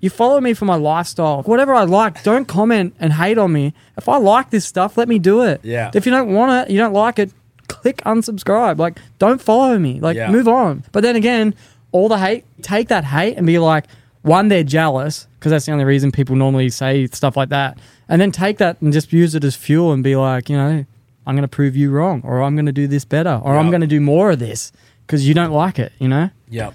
You follow me for my lifestyle. Whatever I like, don't comment and hate on me. If I like this stuff, let me do it. Yeah. If you don't want it, you don't like it, click unsubscribe. Like, don't follow me. Like, Yeah. move on. But then again, all the hate, take that hate and be like, one, they're jealous because that's the only reason people normally say stuff like that. And then take that and just use it as fuel and be like, you know, I'm going to prove you wrong or I'm going to do this better or I'm Yeah. going to do more of this because you don't like it, you know? Yep.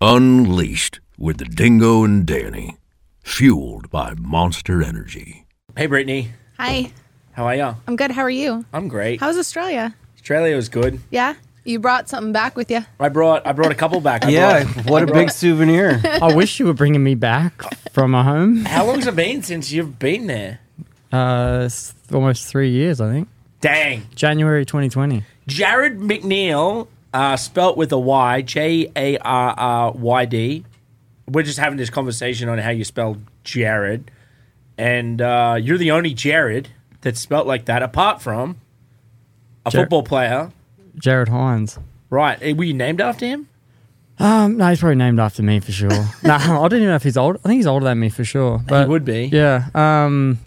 Unleashed with the Dingo and Danny, fueled by Monster Energy. Hey, Brittany. Hi, How are ya? I'm good. How are you? I'm great. How's Australia? Australia was good. Yeah, you brought something back with you. I brought I brought a couple back. I Yeah, brought- what a big souvenir. I wish you were bringing me back from a home. how long's it been since you've been there? Uh, s- almost three years, I think. Dang. January 2020. Jared McNeil, uh, spelt with a Y, J A R R Y D. We're just having this conversation on how you spell Jared, and uh, you're the only Jared that's spelt like that, apart from a Jar- football player. Jared Hines. Right? Eh, Were you named after him? Um, no, he's probably named after me for sure. no, I don't even know if he's old. I think he's older than me for sure. But would be. Yeah. Um,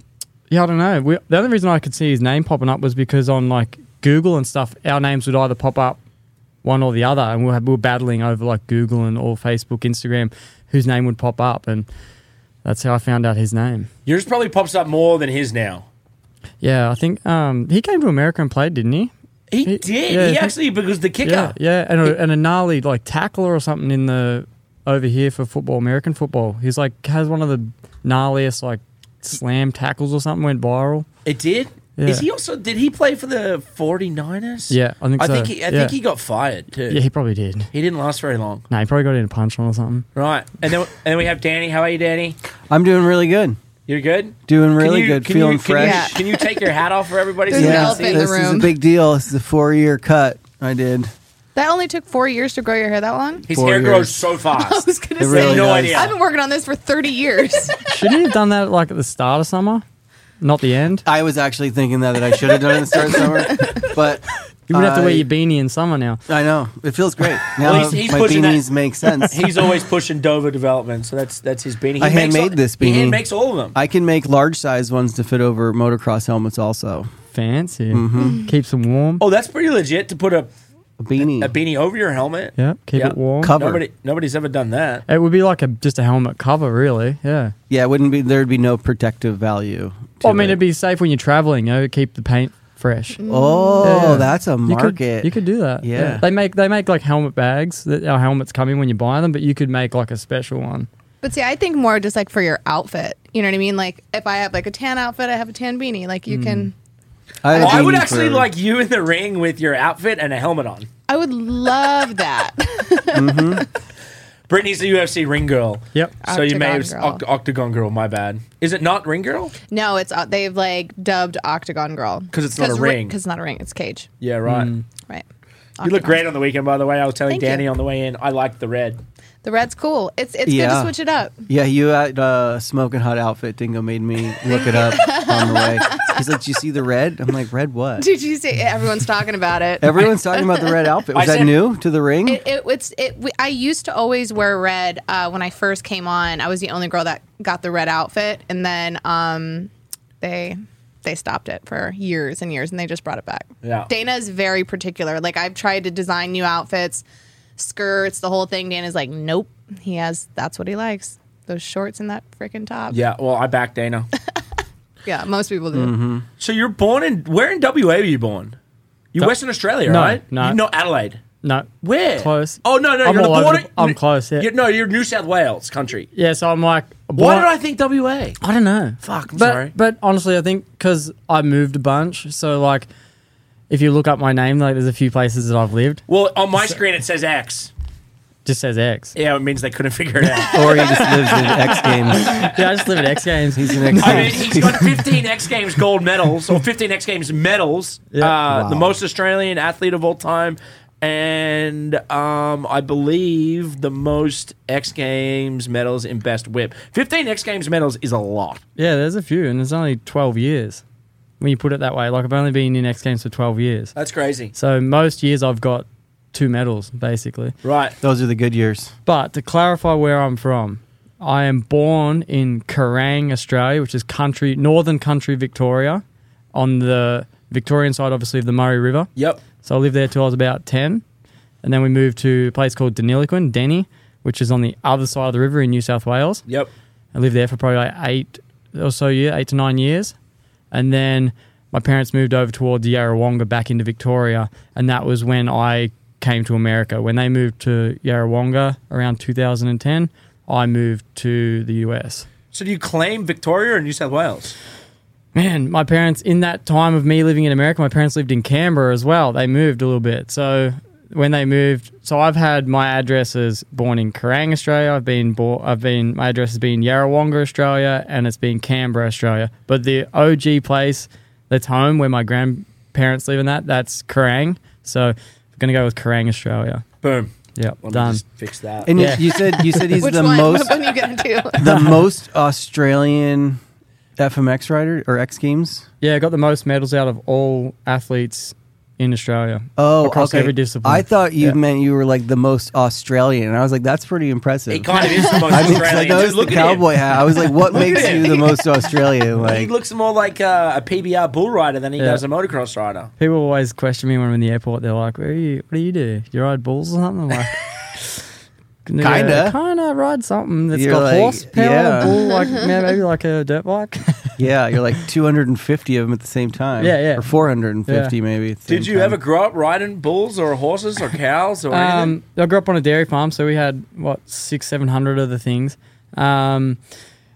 yeah, I don't know. We, the only reason I could see his name popping up was because on like Google and stuff, our names would either pop up one or the other, and we were, we were battling over like Google and or Facebook, Instagram, whose name would pop up, and that's how I found out his name. Yours probably pops up more than his now. Yeah, I think um, he came to America and played, didn't he? He, He- did. yeah, he he- actually because the kicker. Yeah, yeah, and a, and a gnarly like tackler or something in the over here for football, American football. He's like has one of the gnarliest like slam tackles or something went viral. It did. Yeah. Is he also did he play for the 49ers? Yeah, I think I so. think he, I Yeah. think he got fired too. Yeah, he probably did. He didn't last very long. No, he probably got in a punch on or something. Right. And then and then we have Danny. How are you, Danny? I'm doing really good. You're good? Doing Can really you- good. can Feeling you, fresh. Yeah. Can you, can you take your hat off for everybody? There's so they an Yeah, can elephant see? in the this is a room. big deal. This is a four year cut I did. That only took four years to grow your hair that long. His Four hair grows years. so I fast. was gonna It say, really No does. idea. I've been working on this for 30 years. Shouldn't he have done that like at the start of summer, not the end? I was actually thinking that, that I should have done it in the start of summer, but You would have to I- wear your beanie in summer now. I know it feels great. Now he's- he's my pushing that- beanies make sense. He's always pushing Dover development, so that's that's his beanie. He I makes handmade all, this He beanie. handmakes all of them. I can make large size ones to fit over motocross helmets. Also, Fancy. Keeps them warm. oh, that's pretty legit to put a, a beanie. a beanie over your helmet. Yep, keep Yeah. it warm. Cover. Nobody nobody's ever done that. It would be like a just a helmet cover, really. Yeah. yeah, it wouldn't be. There'd be no protective value. to Well, I mean, it. it'd be safe when you're traveling. You know, keep the paint fresh. Oh, Yeah. that's a You could- market. You could, do that. Yeah. They make they make like helmet bags that our helmets come in when you buy them, but you could make like a special one. but see, I think more just like for your outfit. You know what I mean? Like if I have like a tan outfit, I have a tan beanie. Like you can. Mm. I, Oh, I would actually like you in the ring with your outfit and a helmet on. I would love that. Brittany's the UFC ring girl. Yep. So you may have Octagon girl. Oct- Octagon Girl. My bad. Is it not Ring Girl? no, it's uh, they've like dubbed Octagon Girl 'Cause it's not a ring. Because it's not a ring. It's cage. Yeah, Mm. right. Right. You look Octagon. great on the weekend, by the way. I was telling Thank Danny you. on the way in. I liked the red. The red's cool. It's it's good Yeah. to switch it up. Yeah, you had uh, smoking hot outfit. Dingo made me look it up on the way. He's like, "Do you see the red?" I'm like, "Red what?" Did you see? Everyone's talking about it. Everyone's talking about the red outfit. Was I that said- new to the ring? It, it, it's it. We, I used to always wear red uh, when I first came on. I was the only girl that got the red outfit, and then um, they they stopped it for years and years, and they just brought it back. Yeah. Dana is very particular. Like I've tried to design new outfits, skirts, the whole thing. Dana's like, nope. He has that's what he likes. Those shorts and that freaking top. Yeah. Well, I backed Dana. Yeah, most people do. so you're born in where in WA were you born? You are Western Australia, no, right? no. You're not Adelaide. No. Where? Close. Oh no, no, I'm all you're on the over border. the- I'm close, yeah. You're, no, you're New South Wales country. Yeah. So I'm like, Why did I think WA? I don't know. Fuck, I'm but, sorry. But honestly, I think because I moved a bunch, so like, if you look up my name, like, there's a few places that I've lived. Well, on my screen it says X. Just says X. Yeah, it means they couldn't figure it out. or he just lives in X Games. yeah, I just live at X Games. He's an X I mean, he's Games. got 15 X Games gold medals or 15 X Games medals. Yeah. Uh, The Wow. most Australian athlete of all time, and um, I believe the most X Games medals in best whip. 15 X Games medals is a lot. Yeah, there's a few, and it's only 12 years when you put it that way. Like, I've only been in X Games for 12 years. That's crazy. So most years I've got two medals basically. Right. Those are the good years. But to clarify where I'm from, I am born in Kerrang, Australia, which is country, northern country Victoria, on the Victorian side, obviously, of the Murray River. Yep. So I lived there till I was about 10. And then we moved to a place called Deniliquin, Denny, which is on the other side of the river in New South Wales. Yep. I lived there for probably like eight or so year, eight to nine years, and then my parents moved over towards Yarrawonga back into Victoria, and that was when I came to America. When they moved to Yarrawonga around 2010, I moved to the US. So do you claim Victoria or New South Wales? Man, my parents in that time of me living in America, my parents lived in Canberra as well. They moved a little bit, so when they moved, so I've had my address is born in Kerrang, Australia. I've been born, I've been my address has been Yarrawonga, Australia, and it's been Canberra, Australia. But the OG place that's home where my grandparents live and that that's Kerrang. So we're gonna go with Kerrang, Australia. Boom. Yeah, Let me done. just fix that. And you- Yeah. you, said you said he's Which the one? most What one are you gonna do? the most Australian FMX rider or X Games. Yeah, I got the most medals out of all athletes in Australia. Oh, across okay. every discipline. I thought you Yeah. meant you were like the most Australian, and I was like, that's pretty impressive. It kind of is the most I mean, 'cause I Australian. Dude, noticed look the at him. cowboy hat. I was like, what makes at you him. the most Australian? He Like, looks more like uh, a PBR bull rider than he Yeah. does a motocross rider. People always question me when I'm in the airport. They're like, "Where are you? What do you do? You ride bulls or something?" I'm like, Kinda. kind of ride something that's You're got like, horsepower, yeah. bull, like yeah, maybe like a dirt bike." yeah, you're like 250 of them at the same time. Yeah, yeah. Or 450 Yeah. maybe. at the Did same you time. ever grow up riding bulls or horses or cows or anything? um, I grew up on a dairy farm, so we had what six, seven hundred of the things. Um,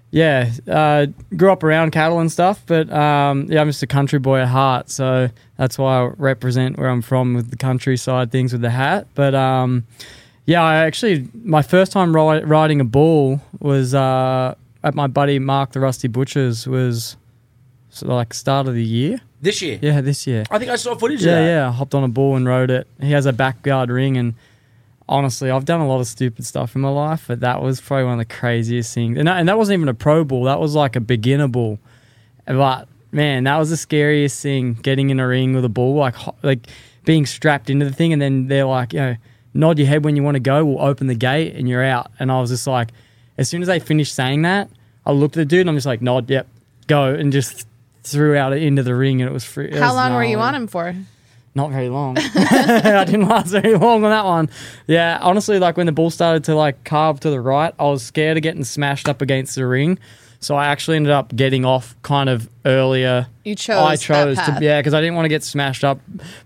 yeah, uh, grew up around cattle and stuff, but um, yeah, I'm just a country boy at heart, so that's why I represent where I'm from with the countryside things with the hat. But um, yeah, I actually my first time ri- riding a bull was uh, at my buddy Mark the Rusty Butcher's was sort of like start of the year. This year? Yeah, this year. I think I saw footage Yeah, of that. yeah. I hopped on a bull and rode it. He has a backyard ring, and honestly, I've done a lot of stupid stuff in my life, but that was probably one of the craziest things. And that, and that wasn't even a pro bull; that was like a beginner bull. But man, that was the scariest thing: getting in a ring with a bull, like ho- like being strapped into the thing, and then they're like, you know, nod your head when you want to go. We'll open the gate, and you're out. And I was just like, as soon as they finished saying that, I looked at the dude, and I'm just like, nod, yep, go, and just. Threw out it into the ring and it was free. it How was long were you gnarly on him for? not very long. I didn't last very long on that one. Yeah, honestly, like when the ball started to like carve to the right, I was scared of getting smashed up against the ring. So I actually ended up getting off kind of earlier. You chose Oh, I that chose to path. yeah, because I didn't want to get smashed up,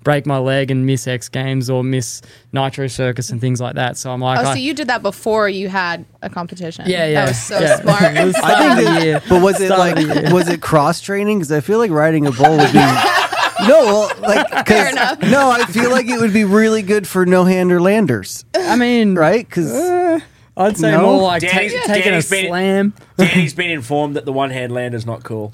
break my leg, and miss X Games or miss Nitro Circus and things like that. So I'm like, Oh, I- so you did that before you had a competition. yeah, yeah, That was so yeah. smart. It was I start think of the that, year. but was it Start like of was it cross training? Because I feel like riding a bull would be no, well, like 'cause- Fair enough. no, I feel like it would be really good for no hander landers, I mean, right? Because I'd say No. more like ta- Danny's- taking Danny's a been- slam. Danny's been informed that the one hand lander's not cool.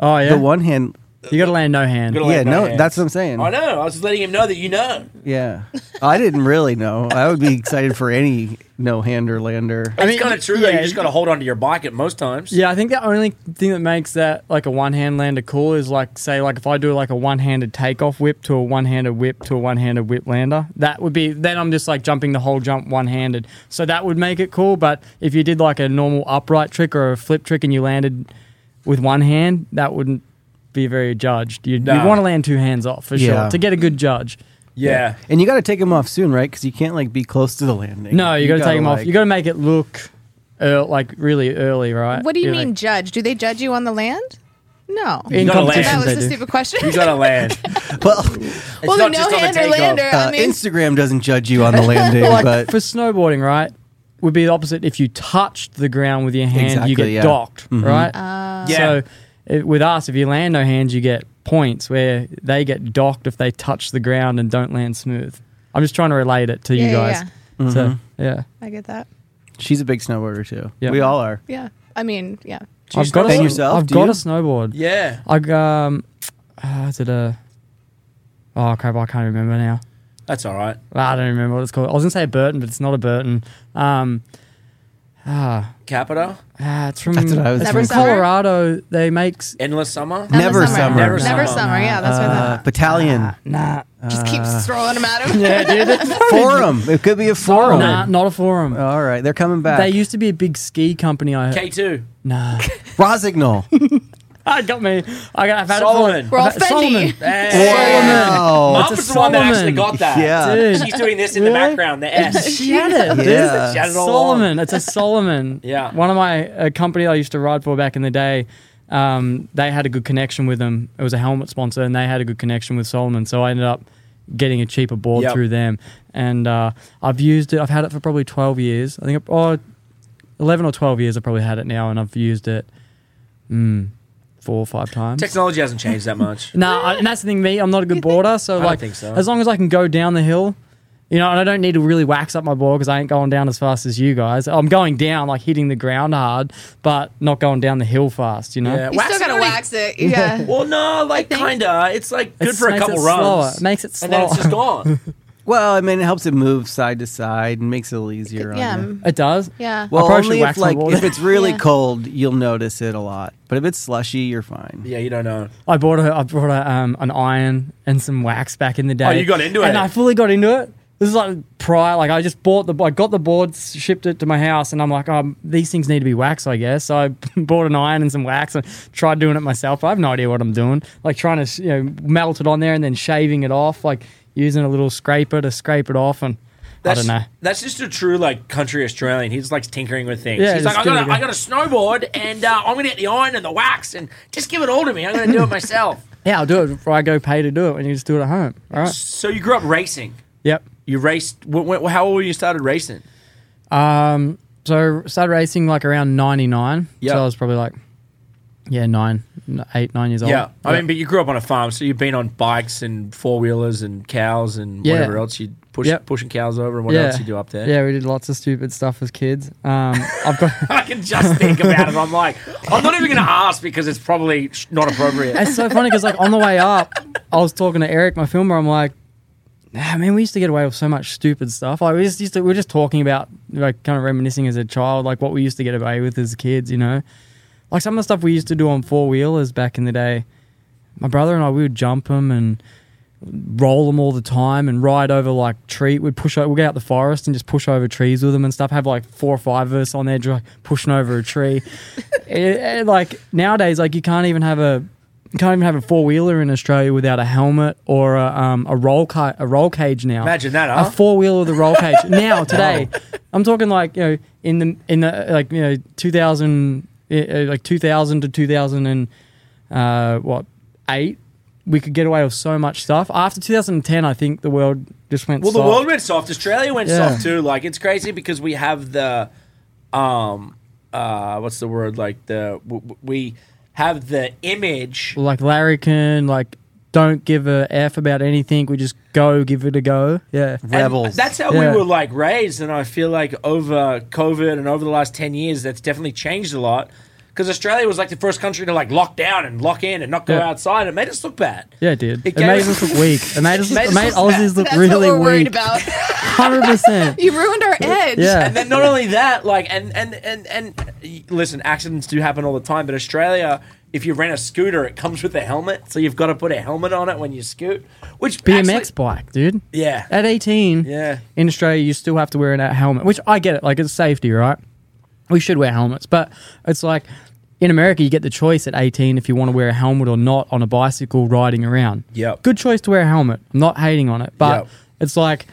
Oh yeah, Uh. the one hand, you got to land no hand. Gotta yeah, land no, hand. that's what I'm saying. I know. I was just letting him know that you know. Yeah, I didn't really know. I would be excited for any no hander lander. mean, it's kind of true, though. yeah. You just got to hold onto your bike at most times. Yeah, I think the only thing that makes that like a one hand lander cool is like say like if I do like a one handed takeoff whip to a one handed whip to a one handed whip lander, that would be then I'm just like jumping the whole jump one handed. So that would make it cool. But if you did like a normal upright trick or a flip trick and you landed with one hand, that wouldn't be very judged. You'd, Nah. you'd want to land two hands off for Yeah. sure to get a good judge. Yeah. And you got to take them off soon, right? Because you can't like be close to the landing. No, you, got to take them off. like- You got to make it look uh, like really early, right? What do you You're mean, like- judge? Do they judge you on the land? No. in gotta land. that competitions was they a do. stupid question. You got to land. Well, It's well, the not just no on the hander takeoff. lander. uh, I mean, Instagram doesn't judge you on the landing, like but for snowboarding, right? Would be the opposite. If you touched the ground with your hand, Exactly, you get yeah. Mm-hmm. docked, right? Ah. Yeah. So it, with us, if you land no hands, you get points where they get docked if they touch the ground and don't land smooth. I'm just trying to relate it to Yeah, you yeah, guys. So Mm-hmm. yeah, I get that. she's a big snowboarder too. Yeah. We all are. Yeah. I mean, yeah. Do you I've got snowboard? a, And yourself, I've do got you? a snowboard. Yeah. I g- um, uh, is it a? Oh crap! I can't remember now. That's all right. I don't remember what it's called. I was gonna say a Burton, but it's not a Burton. Um, Ah, Capita, ah it's from, That's what I was it's Never from Summer? Colorado. They make Endless Summer. That was Never summer. Never Never summer. summer. Yeah, that's what I Uh, thought. battalion nah. Uh, Just keeps throwing them at him. yeah, dude. it's- forum. It could be a forum. nah, not a forum. All right, they're coming back. they used to be a big ski company. I K two. nah. Rosignol. I got me. I got. I've had Solomon. It for, We're all I've had- Solomon. uh, Fendi. wow. Mom was the one that actually Solomon. got that. Yeah. Dude. She's doing this in the Really? background. The S. She had it. dude. Yeah. She had it all Solomon. It's a Solomon. Yeah. One of my a company I used to ride for back in the day. Um, they had a good connection with them. It was a helmet sponsor, and they had a good connection with Solomon. So I ended up getting a cheaper board Yep. through them, and uh, I've used it. I've had it for probably twelve years. I think, or eleven or twelve years. I probably had it now, and I've used it mm, four or five times. Technology hasn't changed that much. No, I, and that's the thing. Me, I'm not a good boarder, so don't like, think so. as long as I can go down the hill, you know, and I don't need to really wax up my board because I ain't going down as fast as you guys. I'm going down like hitting the ground hard, but not going down the hill fast. You know, Yeah. You Wax still it gotta already- wax it. Yeah. Well, no, like think- kinda. It's like good It's- for a makes couple it slower. runs. It makes it And then it's slower. just gone. Well, I mean, it helps it move side to side and makes it a little easier Yeah. on you. it does. Yeah. Well, probably should only if wax my like wall. if it's really Yeah. cold, you'll notice it a lot. But if it's slushy, you're fine. yeah, you don't know. I bought a, I brought a, um, an iron and some wax back in the day. Oh, you got into and it. I fully got into it. This is like prior, like I just bought the, I got the boards, shipped it to my house, and I'm like, um, these things need to be waxed, I guess. So I bought an iron and some wax and tried doing it myself. I have no idea what I'm doing. Like trying to, you know, melt it on there and then shaving it off, like using a little scraper to scrape it off, and That's, I don't know. That's just a true like country Australian. He's like tinkering with things. Yeah, He's like, just I got, a, gonna I go- got a snowboard, and uh, I'm gonna get the iron and the wax, and just give it all to me. I'm gonna do it myself. Yeah, I'll do it before I go pay to do it, and you just do it at home. All right. so you grew up racing. Yep. You raced. When, when, how old were you when you started racing? Um, so started racing like around ninety nine. Yeah. So I was probably like, yeah, nine, n- eight, nine years old. Yeah, I mean, but you grew up on a farm, so you've been on bikes and four wheelers and cows and Yeah. whatever else you push Yep. pushing cows over and what else you do up there. Yeah, we did lots of stupid stuff as kids. Um, I've got I can just think about it. I'm like, I'm not even going to ask because it's probably sh- not appropriate. it's so funny because like on the way up, I was talking to Eric, my filmer. I'm like, ah, man, we used to get away with so much stupid stuff. Like we just used to, we were just talking about like kind of reminiscing as a child, like what we used to get away with as kids, you know, like some of the stuff we used to do on four wheelers back in the day. My brother and I, we would jump them and roll them all the time and ride over like tree. We'd push over, we'd go out the forest and just push over trees with them and stuff. Have like four or five of us on there, just, like pushing over a tree. It- it- like nowadays, like you can't even have a you can't even have a four wheeler in Australia without a helmet or a, um, a roll ca- a roll cage now. Imagine that, huh? A four wheeler with a roll cage now today. I'm talking like you know in the in the like you know 2000 uh, uh, like 2000 to 2000 and uh, what eight. We could get away with so much stuff. After 2010, I think the world just went. Well, the soft. world went soft. Australia went Yeah. soft too. Like it's crazy because we have the, um, uh, what's the word? Like the w- w- we have the image. like larrikin, like don't give a f about anything. We just go, give it a go. Yeah, And Rebels. That's how Yeah. we were like raised, and I feel like over COVID and over the last ten years, that's definitely changed a lot. Because Australia was like the first country to like lock down and lock in and not go Yeah. outside. It made us look bad. yeah, it did. It, It made gave- us look weak. It made us, made it us made look Aussies look That's really what we're worried weak. about. Hundred percent. you ruined our edge. Yeah. and then not only that, like, and and and and y- listen, accidents do happen all the time. But Australia, if you rent a scooter, it comes with a helmet, so you've got to put a helmet on it when you scoot. Which BMX actually- bike, dude. yeah, At 18, Yeah. in Australia, you still have to wear a helmet, which I get it. Like, it's safety, right? We should wear helmets. But it's like in America, you get the choice at 18 if you want to wear a helmet or not on a bicycle riding around. Yep. Good choice to wear a helmet. I'm not hating on it. But Yep. it's like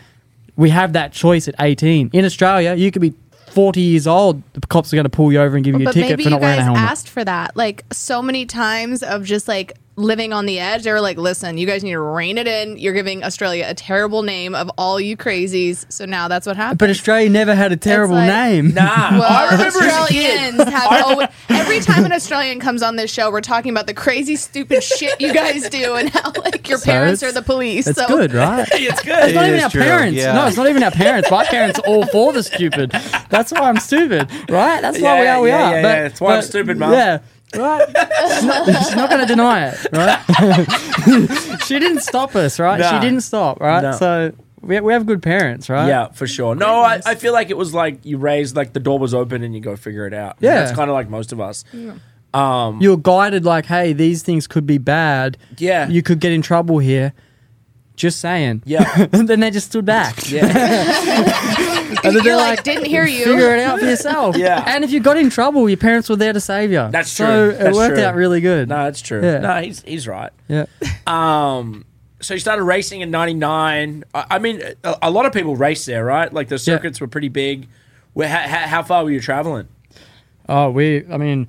we have that choice at 18. In Australia, you could be 40 years old. The cops are going to pull you over and give you a But ticket maybe for you not guys wearing a helmet. asked for that. Like so many times of just like living on the edge, they were like, listen, you guys need to rein it in. You're giving Australia a terrible name of all you crazies. So now that's what happened. but Australia never had a terrible like- name. nah. oh, I Well, remember as a kid, Australians have always. Every time an Australian comes on this show, we're talking about the crazy, stupid shit you guys do and how like your parents it's- are the police. It's so good, right? it's good. It's not It even is our true, parents. yeah. No, it's not even our parents. My parents are all for the stupid. That's why I'm stupid, right? That's why we Yeah, are. We yeah, are. yeah, but, yeah. That's why I'm but- stupid, Mum. Yeah. Right, she's not, she's not going to deny it, right? she didn't stop us, right? No. She didn't stop, right? No. So we, we have good parents, right? Yeah, for sure. No, I, I feel like it was like you raised like the door was open and you go figure it out. Yeah. that's kind of like most of us. You're guided like, hey, these things could be bad. Yeah. You could get in trouble here. Just saying. Yeah. and then they just stood back. Yeah, And then You're they're like, like, didn't hear you. figure it out for yourself. Yeah. And if you got in trouble, your parents were there to save you. That's So true. it That's worked true. out really good. no, that's true. Yeah. No, he's he's right. Yeah. Um, so you started racing in '99. I, I mean, a, a lot of people race there, right? Like the circuits were pretty big. Where, how, how, how far were you traveling? Oh, we, I mean,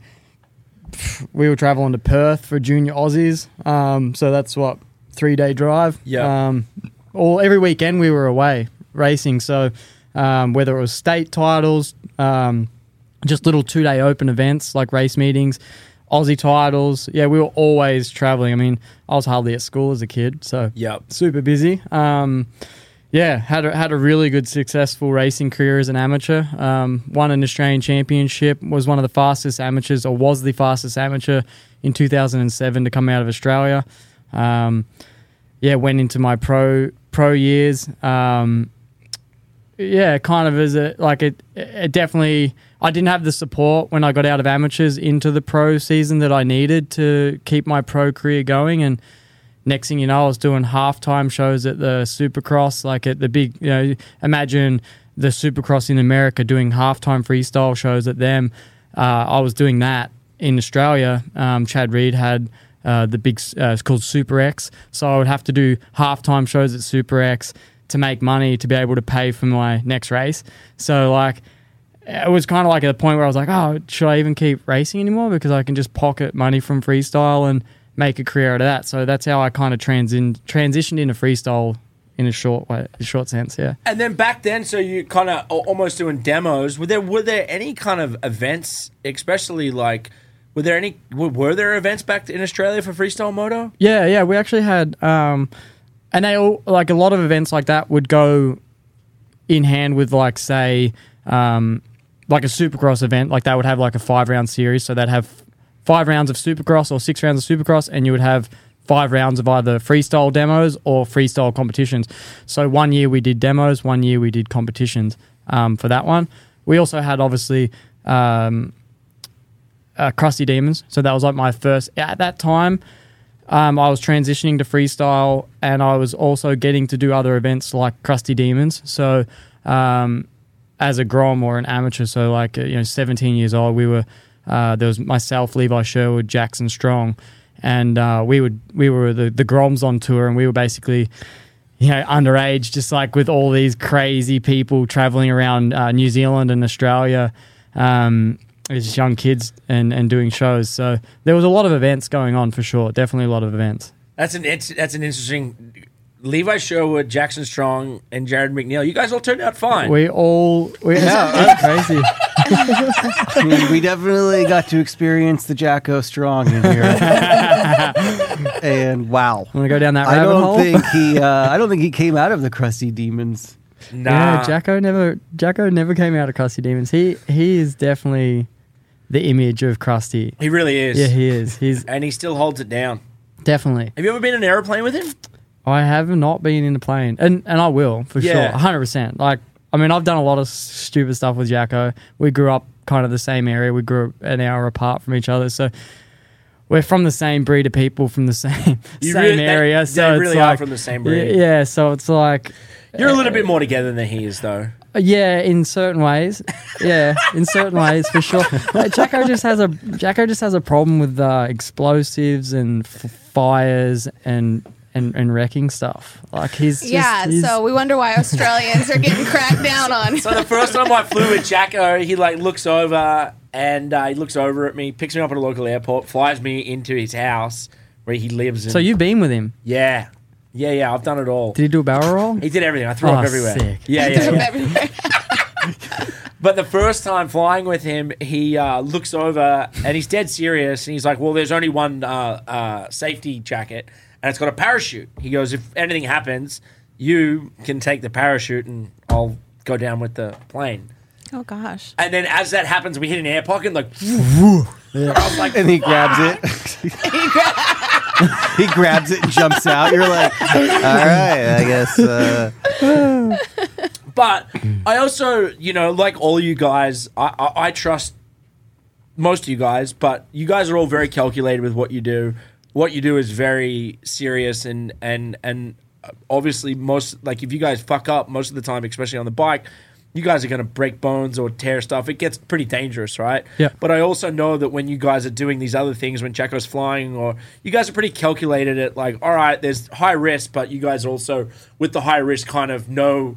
pff, we were traveling to Perth for junior Aussies. Um, so that's what, three day drive? Yeah. Um, all, every weekend we were away racing. So um, whether it was state titles, um, just little two day open events like race meetings, Aussie titles. Yeah, we were always traveling. I mean, I was hardly at school as a kid. So Yep. super busy. Um, yeah, had a, had a really good successful racing career as an amateur. Um, won an Australian championship. Was one of the fastest amateurs, or was the fastest amateur in 2007 to come out of Australia. Um, yeah, went into my pro pro years. Um, yeah, kind of as a like it, it definitely. I didn't have the support when I got out of amateurs into the pro season that I needed to keep my pro career going. And next thing you know, I was doing halftime shows at the Supercross, like at the big. You know, imagine the Supercross in America doing halftime freestyle shows at them. Uh, I was doing that in Australia. Um, Chad Reed had uh, the big, uh, it's called Super X. So I would have to do halftime shows at Super X to make money to be able to pay for my next race. So like, it was kind of like at the point where I was like, oh, should I even keep racing anymore because I can just pocket money from freestyle and make a career out of that. So that's how I kind of transin- transitioned into freestyle in a short way, a short sense. Yeah. And then back then, so you kind of almost doing demos. Were there were there any kind of events, especially like were there any were, were there events back in Australia for freestyle moto? Yeah, yeah. We actually had, um, and they all like a lot of events like that would go in hand with like say, um, like a supercross event. Like they would have like a five round series, so they'd have five rounds of supercross or six rounds of supercross, and you would have five rounds of either freestyle demos or freestyle competitions. So one year we did demos, one year we did competitions um, for that one. We also had obviously. Um, uh, Krusty Demons, so that was like my first. At that time, um, I was transitioning to freestyle, and I was also getting to do other events like Krusty Demons. So, um, as a grom or an amateur, so like uh, you know, 17 years old, we were uh, there was myself, Levi Sherwood, Jackson Strong, and uh, we would we were the the groms on tour, and we were basically you know, underage, just like with all these crazy people traveling around uh, New Zealand and Australia um, as just young kids and, and doing shows. So there was a lot of events going on for sure. Definitely a lot of events. That's an it's, that's an interesting. Levi Sherwood, Jackson Strong, and Jared McNeil. You guys all turned out fine. We all, we, it's crazy. I mean, we definitely got to experience the Jacko Strong in here, and wow. Want to go down that I rabbit don't hole? think he. Uh, I don't think he came out of the crusty demons. nah, yeah, Jacko never, Jacko never came out of Krusty Demons. He he is definitely the image of Krusty. he really is. Yeah, he is. He's and he still holds it down. definitely. Have you ever been in an airplane with him? I have not been in a plane, and and I will for sure, Yeah. sure, hundred percent. Like, I mean, I've done a lot of s- stupid stuff with Jacko. We grew up kind of the same area. We grew up an hour apart from each other, so we're from the same breed of people, from the same You same really- they- area. they so it's really are like, from the same y- breed. Yeah, so it's like, You're a little bit more together than he is, though. yeah, in certain ways, yeah, in certain ways for sure. Uh, Jacko just has a Jacko just has a problem with uh, explosives and f- fires and. And, and wrecking stuff like he's just, yeah, he's- so we wonder why Australians are getting cracked down on. So the first time I flew with Jacko, he like looks over and uh, he looks over at me, picks me up at a local airport, flies me into his house where he lives. In. So you've been with him? yeah, yeah, yeah. I've done it all. Did he do a barrel roll? he did everything. I threw Oh, up everywhere. sick. Yeah, yeah, yeah. That's But the first time flying with him, he uh, looks over and he's dead serious, and he's like, "Well, there's only one uh, uh, safety jacket, and it's got a parachute." He goes, "If anything happens, you can take the parachute, and I'll go down with the plane." oh gosh. And then as that happens, we hit an air pocket, like, And he grabs it. he grabs it and jumps out. You're like, all right, I guess. Uh, But I also, you know, like all you guys, I, I, I trust most of you guys, but you guys are all very calculated with what you do. What you do is very serious, and and and uh, obviously most like if you guys fuck up most of the time, especially on the bike, you guys are going to break bones or tear stuff. It gets pretty dangerous, right? Yeah. But I also know that when you guys are doing these other things, when Jacko's flying, or you guys are pretty calculated at like, all right, there's high risk, but you guys also with the high risk kind of know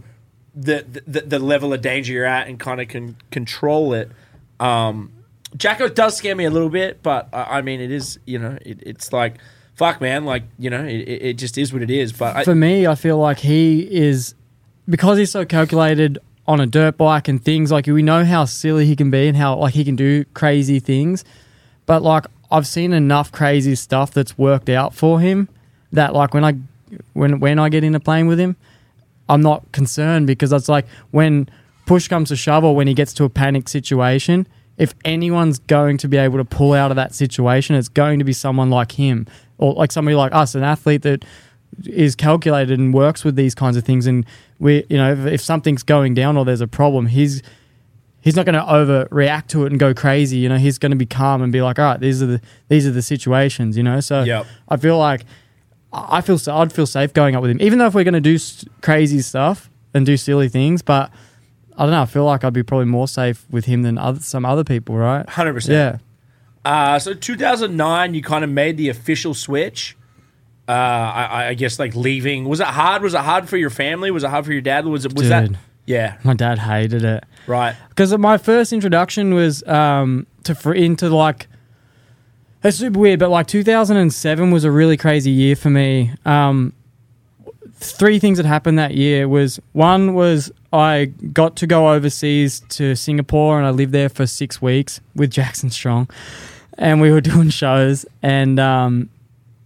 the the, the level of danger you're at and kind of can control it. Um, Jacko does scare me a little bit, but I, I mean, it is you know, it, it's like fuck, man, like you know, it, it it just is what it is. But I, for me, I feel like he is because he's so calculated on a dirt bike and things like we know how silly he can be and how like he can do crazy things. But like I've seen enough crazy stuff that's worked out for him that like when I when when I get in a plane with him, I'm not concerned because it's like when push comes to shove or when he gets to a panic situation, if anyone's going to be able to pull out of that situation, it's going to be someone like him or like somebody like us, an athlete that is calculated and works with these kinds of things. And we, you know, if, if something's going down or there's a problem, he's he's not going to overreact to it and go crazy. You know, he's going to be calm and be like, all right, these are the these are the situations. You know, so Yep. I feel like I I feel sa- I'd feel safe going up with him, even though if we're going to do s- crazy stuff and do silly things, but. I don't know. I feel like I'd be probably more safe with him than other, some other people, right? 100%. Yeah. Uh, so 2009, you kind of made the official switch. Uh, I, I- I guess like leaving. Was it hard? Was it hard for your family? Was it hard for your dad? Was it was that? Dude. Yeah, My dad hated it. right. because my first introduction was um, to fr- into like it's super weird, but like 2007 was a really crazy year for me. Um, three things that happened that year was one was I got to go overseas to Singapore and I lived there for six weeks with Jackson Strong, and we were doing shows and um,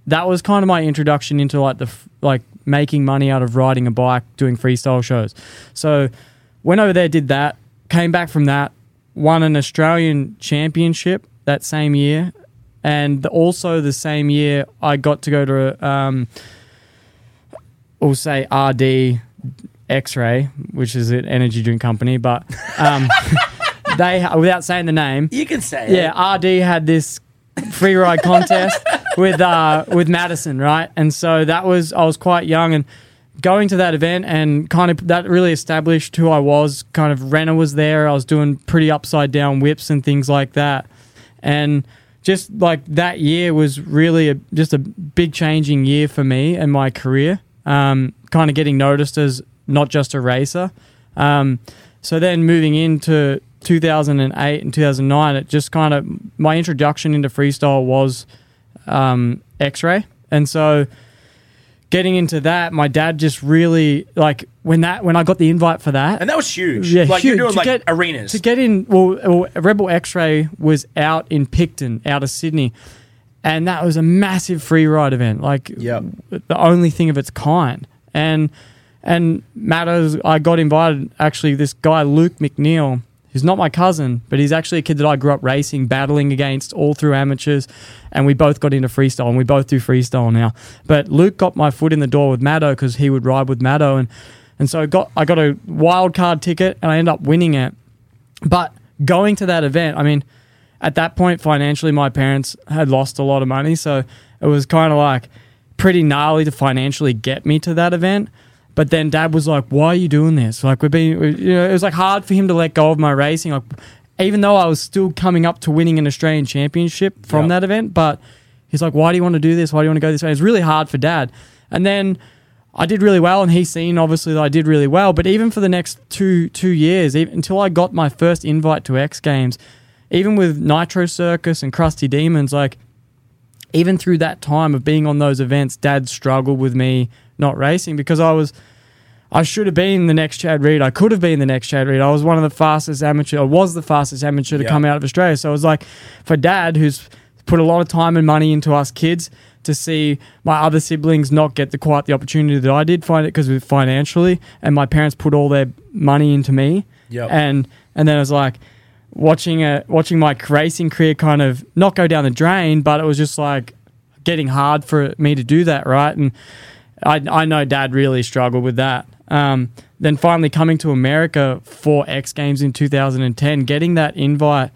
that was kind of my introduction into like the f- like making money out of riding a bike, doing freestyle shows. So went over there, did that, came back from that, won an Australian championship that same year, and also the same year I got to go to um, we'll say RD X-Ray, which is an energy drink company, but um, they without saying the name, You can say it. yeah, RD had this free ride contest with uh, with Madison, right? And so that was I was quite young and going to that event and kind of that really established who I was. Kind of Renner was there. I was doing pretty upside down whips and things like that, and just like that year was really a, just a big changing year for me and my career. Um, kind of getting noticed as not just a racer. Um, so then moving into 2008 and 2009, it just kind of my introduction into freestyle was um, X-Ray, and so getting into that, my dad just really like when that when I got the invite for that, and that was huge. yeah, like huge. you're doing To like get- arenas. To get in, well, uh, well, Rebel X Ray was out in Picton, out of Sydney, and that was a massive free ride event, like Yep. the only thing of its kind. And and matters, I got invited. Actually, this guy Luke McNeil, who's not my cousin, but he's actually a kid that I grew up racing, battling against all through amateurs, and we both got into freestyle, and we both do freestyle now. But Luke got my foot in the door with Maddo because he would ride with Maddo, and and so I got I got a wild card ticket, and I ended up winning it. But going to that event, I mean, at that point financially, my parents had lost a lot of money, so it was kind of like pretty gnarly to financially get me to that event. But then Dad was like, "Why are you doing this? Like we're being, we- you know, it was like hard for him to let go of my racing. Like even though I was still coming up to winning an Australian championship from Yep. that event, but he's like, "Why do you want to do this? Why do you want to go this way?" It's really hard for Dad. And then I did really well, and he's seen obviously that I did really well. But even for the next two two years, even, until I got my first invite to X Games, even with Nitro Circus and Krusty Demons, like even through that time of being on those events, Dad struggled with me not racing because I was. I should have been the next Chad Reed. I could have been the next Chad Reed. I was one of the fastest amateur. I was the fastest amateur to Yeah. come out of Australia. So it was like for Dad, who's put a lot of time and money into us kids, to see my other siblings not get the quite the opportunity that I did find it because financially, and my parents put all their money into me. Yep. And and then it was like watching a watching my racing career kind of not go down the drain, but it was just like getting hard for me to do that, right? And I, I know dad really struggled with that. Um, then finally coming to America for X Games in 2010, getting that invite,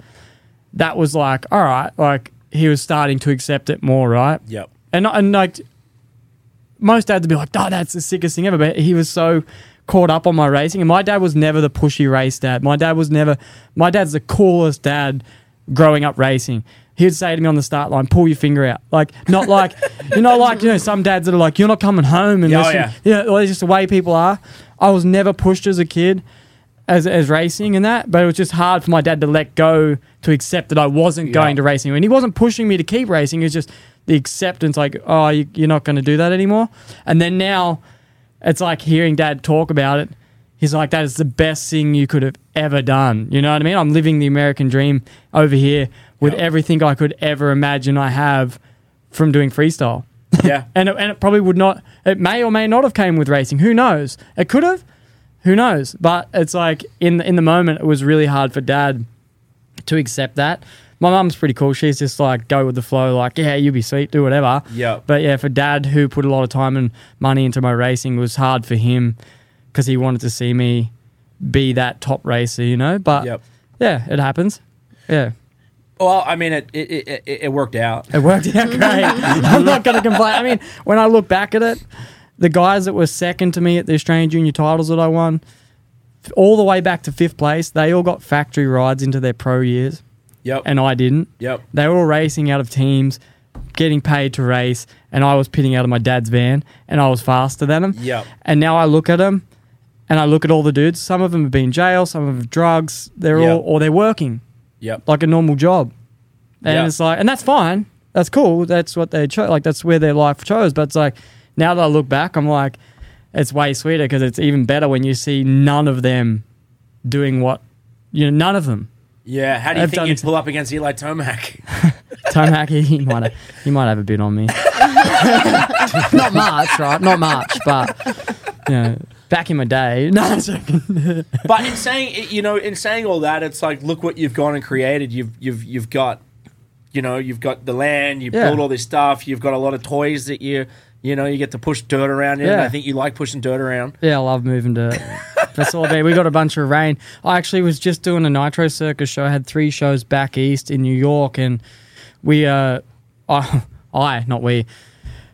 that was like, all right, like he was starting to accept it more, right? Yep. And, and like, most dads would be like, oh, that's the sickest thing ever. But he was so caught up on my racing. And my dad was never the pushy race dad. My dad was never, my dad's the coolest dad growing up racing. He would say to me on the start line, pull your finger out. Like, not like, you know, like, you know, some dads that are like, you're not coming home. And Yeah, oh, this yeah. and- yeah, well, it's just the way people are. I was never pushed as a kid. As, as racing and that, but it was just hard for my dad to let go to accept that I wasn't going to racing. And he wasn't pushing me to keep racing. It was just the acceptance, like, oh, you, you're not going to do that anymore. And then now it's like hearing dad talk about it. He's like, that is the best thing you could have ever done. You know what I mean? I'm living the American dream over here with everything I could ever imagine I have from doing freestyle. Yeah. And it, and it probably would not, it may or may not have came with racing. Who knows? It could have. Who knows? But it's like in in the moment, it was really hard for dad to accept that. My mum's pretty cool. She's just like go with the flow, like yeah, you'll be sweet, do whatever. Yeah. But yeah, for dad who put a lot of time and money into my racing, it was hard for him because he wanted to see me be that top racer, you know. But Yep. yeah, it happens. Yeah, Well, I mean, it it, it, it- it worked out. it worked out great. I'm not going to complain. I mean, when I look back at it, the guys that were second to me at the Australian Junior titles that I won, all the way back to fifth place, they all got factory rides into their pro years, Yep. and I didn't. yep. They were all racing out of teams, getting paid to race, and I was pitting out of my dad's van, and I was faster than them. Yep. And now I look at them, and I look at all the dudes. Some of them have been in jail, some of them have drugs. They're Yeah. all or they're working Yep. like a normal job, and Yeah. it's like, and that's fine. That's cool. That's what they chose. Like that's where their life chose. But it's like now that I look back, I'm like, it's way sweeter because it's even better when you see none of them doing what you know, none of them. Yeah. How do you I've think done you'd ex- pull up against Eli Tomac? Tom Hackey, he might have, he might have a bit on me. Not much, right? Not much, but you know, back in my day, no, I'm joking. but in saying you know, in saying all that, it's like look what you've gone and created. You've you've you've got, you know, you've got the land. You've Yeah. built all this stuff. You've got a lot of toys that you you know you get to push dirt around in. Yeah. I think you like pushing dirt around. yeah, I love moving to. That's all there. We got a bunch of rain. I actually was just doing a Nitro Circus show. I had three shows back east in New York, and we, uh, I, I not we,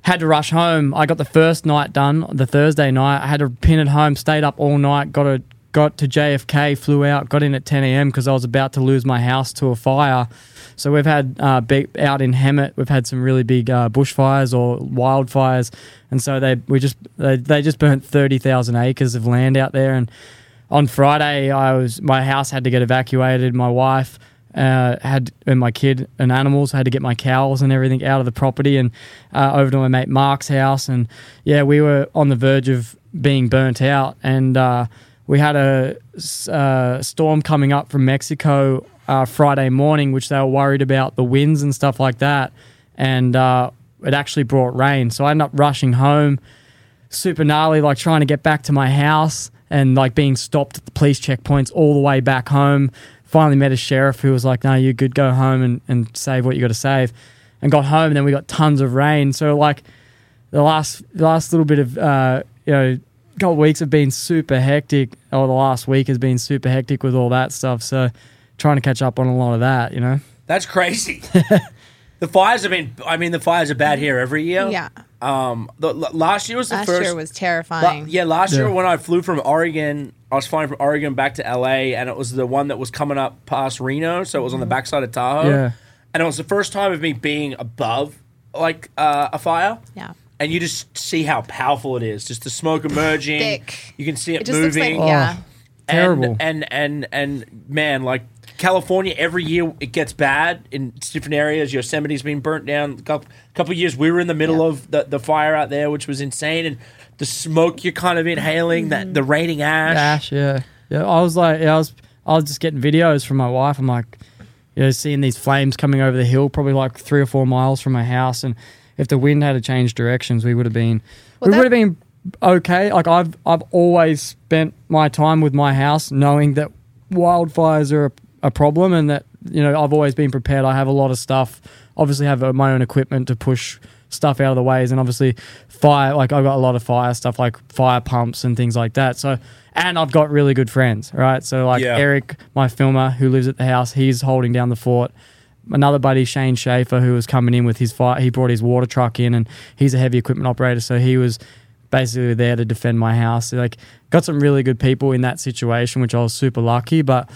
had to rush home. I got the first night done, the Thursday night. I had to pin at home, stayed up all night, got a got to JFK, flew out, got in at 10 a.m. because I was about to lose my house to a fire. So we've had uh, be- out in Hemet, we've had some really big uh, bushfires or wildfires, and so they we just they, they just burnt 30,000 acres of land out there. And on Friday, I was my house had to get evacuated. My wife uh, had and my kid and animals had to get my cows and everything out of the property and uh, over to my mate Mark's house. And yeah, we were on the verge of being burnt out. And uh, we had a s- uh, storm coming up from Mexico uh, Friday morning, which they were worried about the winds and stuff like that. And uh, it actually brought rain. So I ended up rushing home super gnarly, like trying to get back to my house and like being stopped at the police checkpoints all the way back home. Finally met a sheriff who was like, No, you're good, go home and, and save what you gotta save. And got home and then we got tons of rain. So like the last the last little bit of uh, you know couple weeks have been super hectic or the last week has been super hectic with all that stuff. So trying to catch up on a lot of that, you know? That's crazy. the fires have been. I mean, the fires are bad here every year. Yeah. Um. The, l- last year was the Last first. year was La- terrifying. yeah, last year Yeah. when I flew from Oregon, I was flying from Oregon back to LA, and it was the one that was coming up past Reno, so it was on the backside of Tahoe. Yeah. And it was the first time of me being above like uh, a fire. Yeah. And you just see how powerful it is. Just the smoke emerging. Thick. You can see it, It just looks like, moving. yeah. And- Terrible. And, and and man, like California, every year it gets bad in different areas. Yosemite's been burnt down. A couple, couple years, we were in the middle of the, the fire out there, which was insane. And the smoke you're kind of inhaling, that the raining ash. Ash, yeah. Yeah, I was like, yeah, I was, I was just getting videos from my wife. I'm like, you know, seeing these flames coming over the hill, probably like three or four miles from my house. And if the wind had to change directions, we would have been, Well, we that- would have been okay. Like I've, I've always spent my time with my house, knowing that wildfires are a, a problem, and that you know I've always been prepared. I have a lot of stuff. Obviously, have uh, my own equipment to push stuff out of the ways. And obviously, fire, like I've got a lot of fire stuff, like fire pumps and things like that. So, and I've got really good friends, right? So, like Yeah. Eric, my filmer who lives at the house, he's holding down the fort. Another buddy, Shane Schaefer, who was coming in with his fire, he brought his water truck in and he's a heavy equipment operator. So, he was basically there to defend my house. Like, got some really good people in that situation, which I was super lucky, but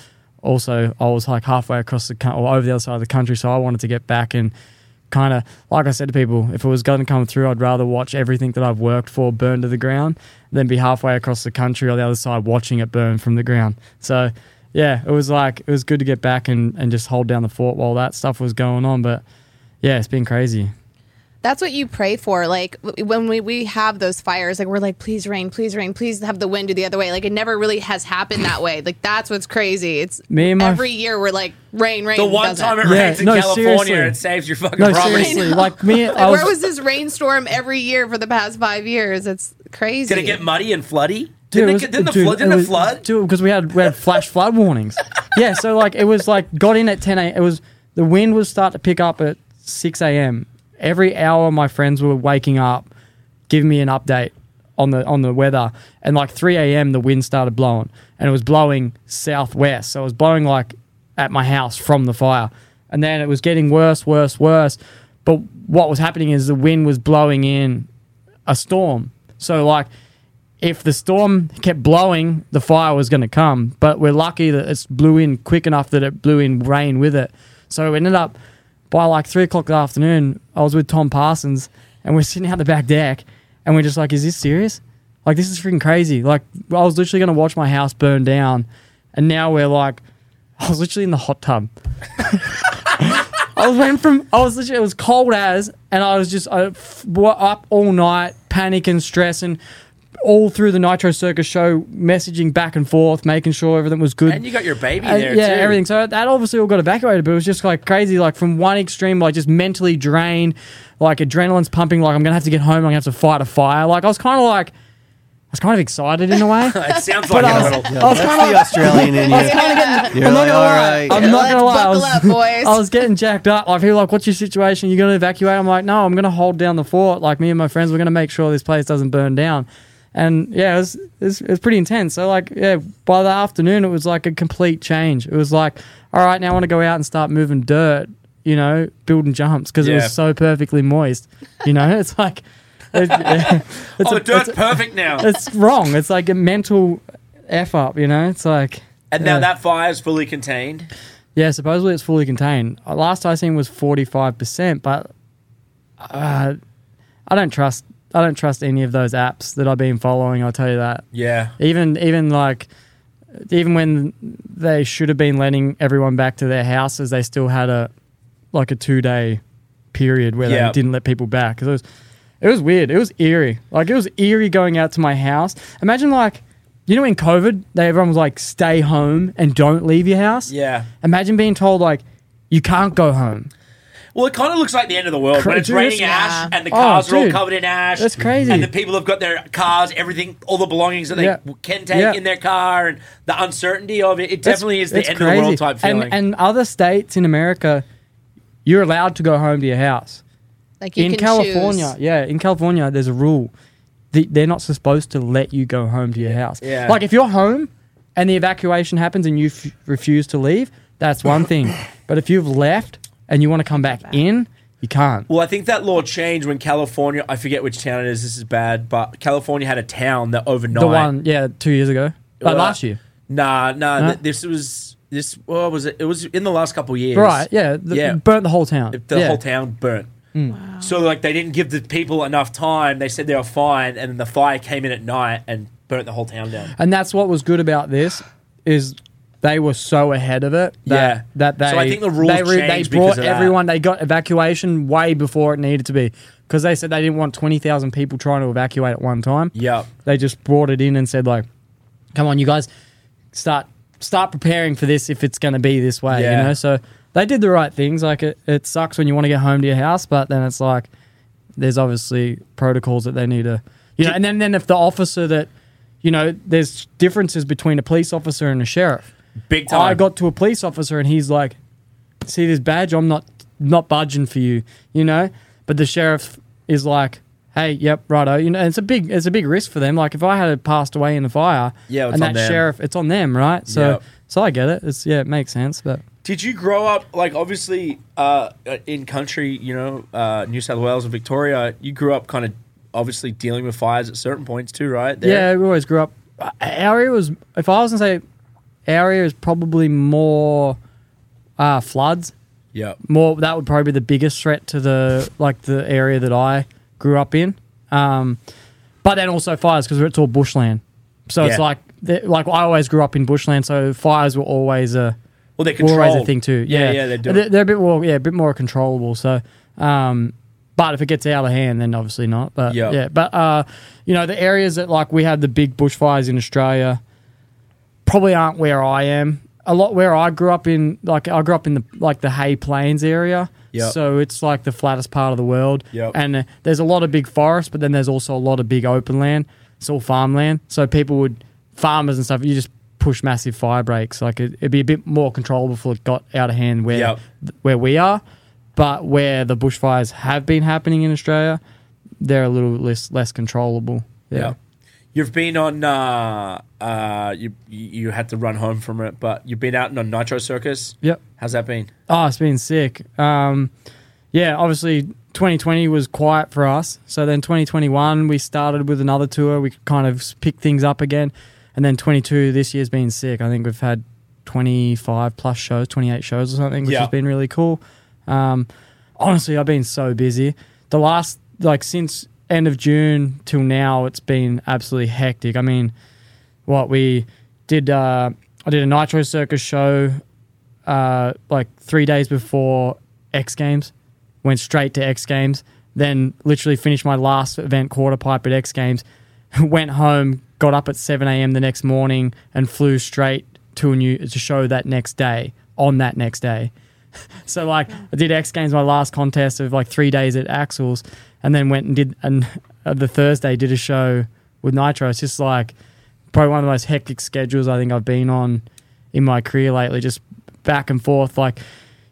also I was like halfway across the coun- or over the other side of the country, so I wanted to get back and kind of like I said to people, if it was going to come through, I'd rather watch everything that I've worked for burn to the ground than be halfway across the country or the other side watching it burn from the ground. So yeah, it was like it was good to get back and, and just hold down the fort while that stuff was going on. But yeah, it's been crazy. That's what you pray for. Like w- when we, we have those fires, like we're like, please rain, please rain, please have the wind do the other way. Like it never really has happened that way. Like that's what's crazy. It's Me and my- every year we're like rain, rain. The one doesn't. time it Yeah, rains in no, California, seriously. it saves your fucking No, property. seriously, like me, Like, I was, where was this rainstorm every year for the past five years? It's crazy. Did it get muddy and floody? Dude, Didn't it it, was- get- didn't the, dude, flood, didn't it was- flood? Dude, because we had we had flash flood warnings. Yeah, so like it was like got in at ten a. It was the wind would start to pick up at six a.m. Every hour, my friends were waking up, giving me an update on the on the weather. And like three a.m., the wind started blowing, and it was blowing southwest. So it was blowing like at my house from the fire, and then it was getting worse, worse, worse. But what was happening is the wind was blowing in a storm. So like if the storm kept blowing, the fire was going to come. But we're lucky that it's blew in quick enough that it blew in rain with it. So we ended up by like three o'clock in the afternoon. I was with Tom Parsons, and we're sitting out the back deck, and we're just like, "Is this serious? Like this is freaking crazy! Like I was literally going to watch my house burn down, and now we're like, I was literally in the hot tub." I went from I was literally it was cold as, and I was just I f- were up all night, panic and stress, and all through the Nitro Circus show, messaging back and forth, making sure everything was good. And you got your baby And, there Uh, yeah, too. everything. So that obviously all got evacuated, but it was just like crazy, like from one extreme, like just mentally drained, like adrenaline's pumping, like I'm gonna have to get home, I'm gonna have to fight a fire. Like I was kind of like, I was kind of excited in a way. It sounds like I a was- little. Yeah, that's the Australian in you. You're I'm not like, gonna all lie. right. I'm not Let's gonna lie. I buckle was- up, boys. I was getting jacked up. Like people were like, "What's your situation? You gonna evacuate?" I'm like, "No, I'm gonna hold down the fort. Like me and my friends, we're gonna make sure this place doesn't burn down." And yeah, it was, it was, it was pretty intense. So like, yeah, by the afternoon, it was like a complete change. It was like, all right, now I want to go out and start moving dirt. You know, building jumps because it Yeah. was so perfectly moist. You know, it's like. It, yeah, it's, Oh, a- the dirt's it's, perfect now. it's wrong. It's like a mental f up. You know, it's like and now yeah. that fire's fully contained. yeah, supposedly it's fully contained. Uh, Last I seen was forty five percent, but uh, I don't trust. I don't trust any of those apps that I've been following. I'll tell you that. Yeah. Even even like even when they should have been letting everyone back to their houses, they still had a like a two day period where Yeah. they didn't let people back 'Cause it was it was weird. It was eerie. Like it was eerie going out to my house. Imagine like you know in COVID, they everyone was like stay home and don't leave your house. Yeah. Imagine being told like you can't go home. Well, it kind of looks like the end of the world when Cra- it's dude, raining that's- ash Yeah. and the Oh, cars are all dude. covered in ash. That's crazy. And the people have got their cars, everything, all the belongings that they Yeah. can take Yeah. in their car, and the uncertainty of it. It That's- definitely is the that's end of the world crazy. type feeling. And, and other states in America, you're allowed to go home to your house. like you in can California, choose. yeah, in California, there's a rule. They- They're not supposed to let you go home to your house. Yeah. Like if you're home and the evacuation happens and you f- refuse to leave, that's one thing. But if you've left and you want to come back in, you can't. Well, I think that law changed when California, I forget which town it is, this is bad, but California had a town that overnight. The one, yeah, two years ago, like Well, last year, Nah, nah, Huh? th- this was, this, what was it? It was in the last couple of years. right? Yeah, the, Yeah. burnt the whole town. The Yeah. Mm. whole town burnt. So, like, they didn't give the people enough time. They said they were fine, and then the fire came in at night and burnt the whole town down. And that's what was good about this is they were so ahead of it. That, Yeah. That they. So I think the rules they, they changed brought because of that. everyone. They got evacuation way before it needed to be because they said they didn't want twenty thousand people trying to evacuate at one time. Yep. They just brought it in and said like, "Come on, you guys, start start preparing for this if it's going to be this way." Yeah. You know. So they did the right things. Like it, it sucks when you want to get home to your house, but then it's like there's obviously protocols that they need to you know and then then if the officer that you know there's differences between a police officer and a sheriff Big time. i got to a police officer and he's like see this badge i'm not not budging for you you know but the sheriff is like, hey, yep, righto. You know, and it's a big it's a big risk for them. Like if I had passed away in the fire, Yeah, it's and on that them. sheriff, it's on them, right? So Yep. so I get it. It's yeah, it makes sense, but Did you grow up like obviously uh, in country, you know, uh, New South Wales and Victoria? You grew up kind of obviously dealing with fires at certain points too, right? Yeah, we always grew up. Our area was, if I was gonna say, our area is probably more uh, floods. yeah, More that would probably be the biggest threat to the like the area that I grew up in. Um, but then also fires because it's all bushland, so it's Yeah. like the- like I always grew up in bushland, so fires were always a Well, they're were controlled. always a thing too. yeah, Yeah, yeah, they're doing. they're, they're a bit more yeah a bit more controllable. So, um, but if it gets out of hand, then obviously not. But Yeah. yeah, but uh, you know the areas that like we had the big bushfires in Australia probably aren't where I am. A lot where I grew up in like I grew up in the like the Hay Plains area. Yeah. So it's like the flattest part of the world. Yeah. And uh, there's a lot of big forests, but then there's also a lot of big open land. It's all farmland. So people would farmers and stuff. You just push massive fire breaks. Like it, it'd be a bit more controllable if it got out of hand where Yeah. th- where we are, but where the bushfires have been happening in Australia, they're a little less less controllable. Yeah. yeah. You've been on. Uh, uh, you you you had to run home from it, but you've been out on Nitro Circus. Yep. How's that been? Oh, it's been sick. Um, yeah, obviously 2020 was quiet for us. So then 2021, we started with another tour. We kind of picked things up again. And then 22, this year's been sick. I think we've had 25 plus shows, 28 shows or something, which Yeah. has been really cool. Um, honestly, I've been so busy. The last, like, since end of June till now, it's been absolutely hectic. I mean, what we did, uh, I did a Nitro Circus show uh, like three days before X Games, went straight to X Games, then literally finished my last event quarter pipe at X Games, went home, got up at 7 a.m. the next morning, and flew straight to a new to show that next day on that next day. So like I did X Games my last contest of like three days at Axels, and then went and did and uh, the Thursday did a show with Nitro. It's just like probably one of the most hectic schedules I think I've been on in my career lately. Just back and forth. Like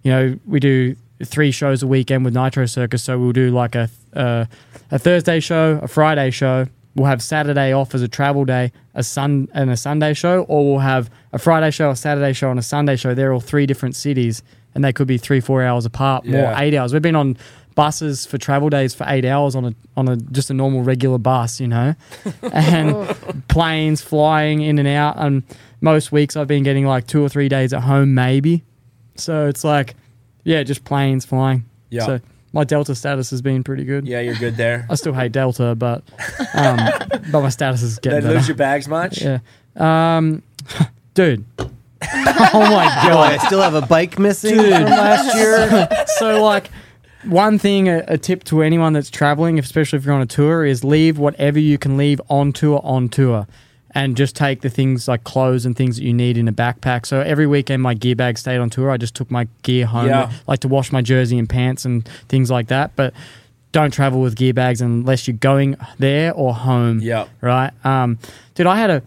you know we do three shows a weekend with Nitro Circus, so we'll do like a uh, a Thursday show, a Friday show. We'll have Saturday off as a travel day, a sun and a Sunday show, or we'll have a Friday show, a Saturday show, and a Sunday show. They're all three different cities and they could be three, four hours apart, more Yeah. eight hours. We've been on buses for travel days for eight hours on a on a just a normal regular bus, you know, and planes flying in and out. And most weeks I've been getting like two or three days at home, maybe. So it's like, yeah, just planes flying. Yeah. So my Delta status has been pretty good. Yeah, you're good there. I still hate Delta, but um, but my status is Did getting I better. lose your bags much? yeah. Um, dude. oh my Oh, god I still have a bike missing Dude. from last year. so like one thing a, a tip to anyone that's traveling especially if you're on a tour is leave whatever you can leave on tour on tour and just take the things like clothes and things that you need in a backpack so every weekend my gear bag stayed on tour i just took my gear home Yeah. like to wash my jersey and pants and things like that but don't travel with gear bags unless you're going there or home Yeah. right um dude i had a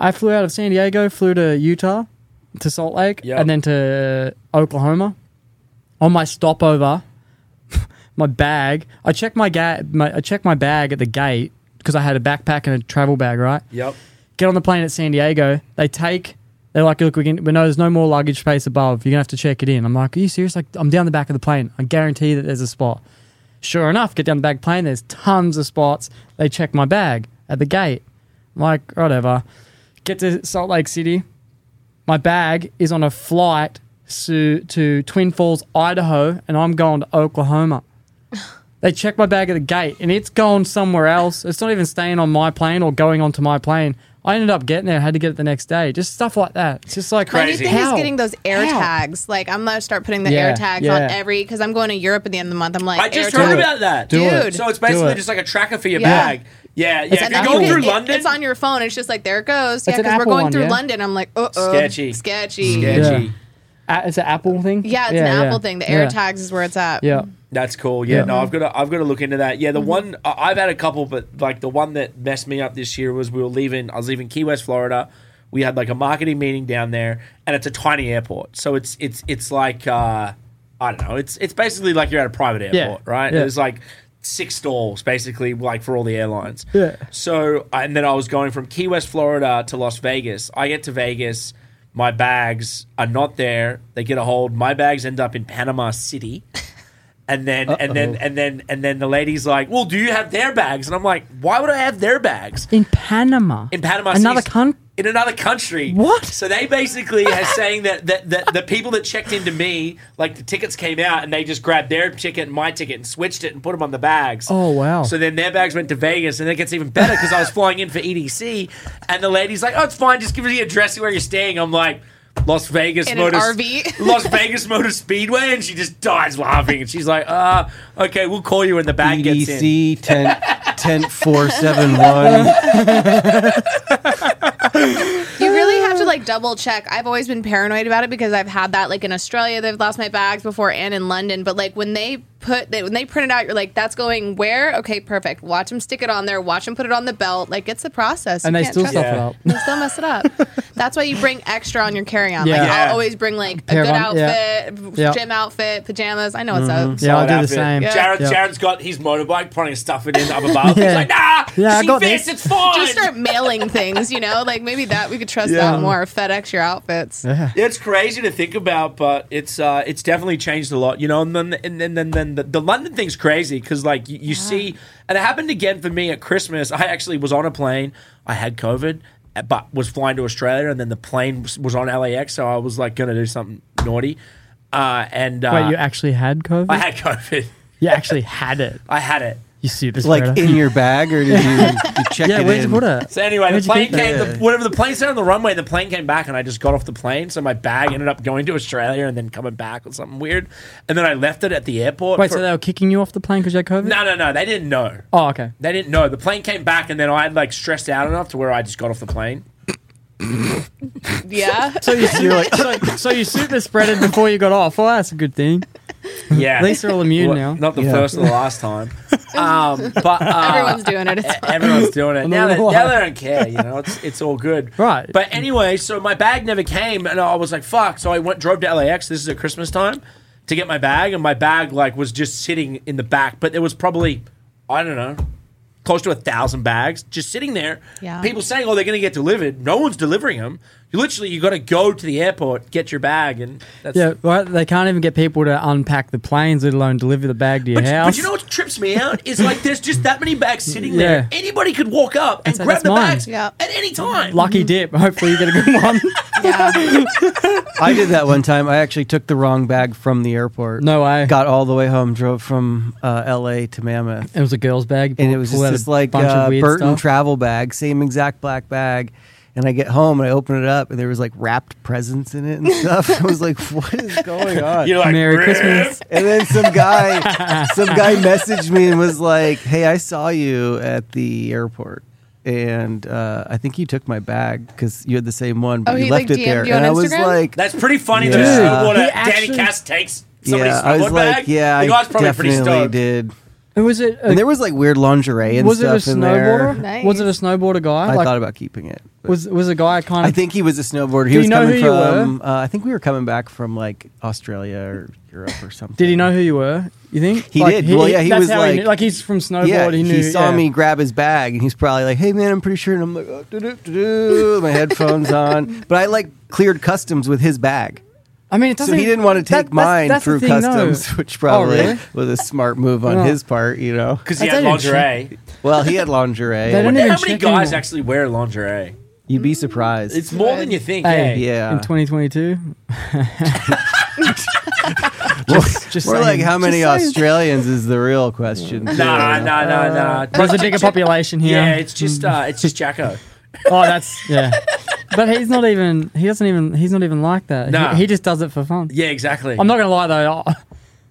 i flew out of san diego flew to utah to salt lake Yeah. and then to oklahoma on my stopover, my bag. I checked my, ga- my I checked my bag at the gate because I had a backpack and a travel bag, right? Yep. Get on the plane at San Diego. They take. They're like, look, we can. We know there's no more luggage space above. You're gonna have to check it in. I'm like, are you serious? Like, I'm down the back of the plane. I guarantee that there's a spot. Sure enough, get down the back of the plane. There's tons of spots. They check my bag at the gate. I'm like, whatever. Get to Salt Lake City my bag is on a flight to, to Twin Falls, Idaho, and I'm going to Oklahoma. They check my bag at the gate, and it's gone somewhere else. It's not even staying on my plane or going onto my plane. I ended up getting there. Had to get it the next day. Just stuff like that. It's just like My new Crazy. thing is How? getting those air How? tags. Like I'm gonna start putting the Yeah, air tags on yeah. every because I'm going to Europe at the end of the month. I'm like, I just air heard tag. about that. Do it. Dude. So it's Do basically it. just like a tracker for your Yeah. bag. Yeah, yeah. It's if an you're Apple. going through It- London, It's on your phone. It's just like there it goes. Yeah, It's an because we're Apple going one, through yeah? London. I'm like, uh oh, Sketchy. Sketchy. sketchy. Yeah. Edgy. A- it's an Apple thing. Yeah, it's an Apple thing. The air yeah. tags is where it's at. Yeah. That's cool. Yeah, Yeah. no, I've got to I've got to look into that. Mm-hmm. Yeah, the one I- I've had a couple, but like the one that messed me up this year was we were leaving. I was leaving Key West, Florida. We had like a marketing meeting down there, and it's a tiny airport, so it's it's it's like uh, I don't know. It's it's basically like you're at a private airport, Yeah. right? Yeah. It's like six stalls basically, like for all the airlines. Yeah. So, and then I was going from Key West, Florida to Las Vegas. I get to Vegas, my bags are not there. They get a hold. My bags end up in Panama City. And then, and then, and then, and then the lady's like, "Well, do you have their bags?" And I'm like, "Why would I have their bags?" in Panama. in Panama Another City's- country. in another country. What? So they basically are saying that, that that the people that checked into me, like the tickets came out and they just grabbed their ticket and my ticket and switched it and put them on the bags. Oh, wow. So then their bags went to Vegas and it gets even better because I was flying in for EDC and the lady's like, "Oh, it's fine. Just give me the address of where you're staying." I'm like. Las Vegas In an Motor RV? Las Vegas Motor Speedway, and she just dies laughing. And she's like, "Ah, okay, we'll call you when the bag E gets in." EDC E tent tent four seven one. You really have to like double check. I've always been paranoid about it because I've had that like in Australia, they've lost my bags before and in London. But like when they put they, when they print it out, you're like, that's going where? Okay, perfect. Watch them stick it on there. Watch them put it on the belt. Like it's a process. And You they can't still trust stuff them. it up. They still mess it up. That's why you bring extra on your carry on. Yeah. Like Yeah. I'll always bring like a Pair good on- yeah. outfit, Yeah. gym outfit, pajamas. I know it's a Yeah, I do Solid the outfit. same. Yeah. Jared, Yeah. Jared's got his motorbike, putting his stuff in it up above. Yeah. He's like, nah, Yeah, I she got fits, this. it's fine. just um, start mailing things, you know? Like maybe that we could trust Yeah. that more. FedEx your outfits. it's crazy to think about, but it's uh, it's definitely changed a lot, you know. And then and then then, then the, the London thing's crazy because like you, you see, and it happened again for me at Christmas. I actually was on a plane. I had COVID, uh, but was flying to Australia, and then the plane was, was on LAX, so I was like going to do something naughty. Uh, and uh, Wait, you actually had COVID? I had COVID. you actually had it. I had it. You super Like spreader. in your bag, or did you, you check yeah, it where'd in? you put it? So anyway, Where'd the you plane keep that? came. The, whatever the plane said on the runway, the plane came back, and I just got off the plane. So my bag ended up going to Australia and then coming back or something weird. And then I left it at the airport. Wait, for- so they were kicking you off the plane because you had COVID? no, no, no. They didn't know. Oh, okay. They didn't know. The plane came back, and then I had like stressed out enough to where I just got off the plane. Yeah. So you, so, so you super spreaded before you got off. Well, that's a good thing. Yeah, At least they're all immune Well, now. Not the Yeah. first or the last time. Um, but uh, Everyone's doing it. It's Everyone's doing it now. know They, why. now they don't care. You know, it's it's all good. Right. But anyway, so my bag never came, and I was like, "Fuck!" So I went drove to LAX. This is at Christmas time to get my bag, and my bag like was just sitting in the back. But there was probably I don't know. Close to a thousand bags just sitting there. Yeah. People saying, "Oh, they're going to get delivered." No one's delivering them. You literally, you got to go to the airport, get your bag, and that's Yeah, right. They can't even get people to unpack the planes, let alone deliver the bag to your But, house. but you know what trips me out is like there's just that many bags sitting there. Yeah. Anybody could walk up and That's- grab that's the mine. bags Yeah. at any time. Lucky dip. Hopefully you get a good one. I did that one time. I actually took the wrong bag from the airport. No way. Got all the way home, drove from uh, L.A. to Mammoth, it was a girl's bag. and it was Pulled just out a this like bunch of uh, weird Burton stuff. travel bag, same exact black bag. And I get home and I open it up and there was like wrapped presents in it and stuff. I was like, "What is going on?" You're like, Merry "Rip." Christmas. And then some guy, some guy messaged me and was like, "Hey, I saw you at the airport, and uh, I think you took my bag because you had the same one, but Oh, you he, left like, it there." DM'd you and on I was Instagram? like, That's pretty funny Yeah. to see Dude, what he a actually- Danny Cass takes somebody's "Yeah, I was snowboard like, bag. yeah, the I guy's probably pretty definitely stoked. did." And was it? A, And there was like weird lingerie and was it a stuff in there. snowboarder? Nice. Was it a snowboarder guy? I like, thought about keeping it. but- was was a guy kind of? I think he was a snowboarder. Do He you was know coming who you were? from. Uh, I think we were coming back from like Australia or Europe or something. Did he know who you were? You think? He did. Well, yeah, he that's was how like- knew- like he's from snowboard. yeah, he he, knew. saw yeah. me grab his bag, and he's probably like, "Hey, man, I'm pretty sure." And I'm like, oh, doo-doo, doo-doo," my headphones on, but I like cleared customs with his bag, I mean, it so doesn't. he didn't want to that- take that's- mine that's the through thing, though. Oh, customs, which probably really? was a smart move on Oh. his part, you know. Because he That's had actually- lingerie. Well, he had They lingerie. don't- Wonder even how many check guys anymore. actually wear lingerie? You'd be surprised. It's more Uh, than you think. Hey, eh? yeah. in 2022. just, just We're like, saying. how many Just saying. Australians is the real question? too, Nah, you know? nah, nah, nah. There's a bigger population here. Uh, Yeah, it's just uh, it's just Jacko. oh, that's yeah. But he's not even. He doesn't even. He's not even like that. He- Nah. He, just does it for fun. Yeah, exactly. I'm not gonna lie though. I-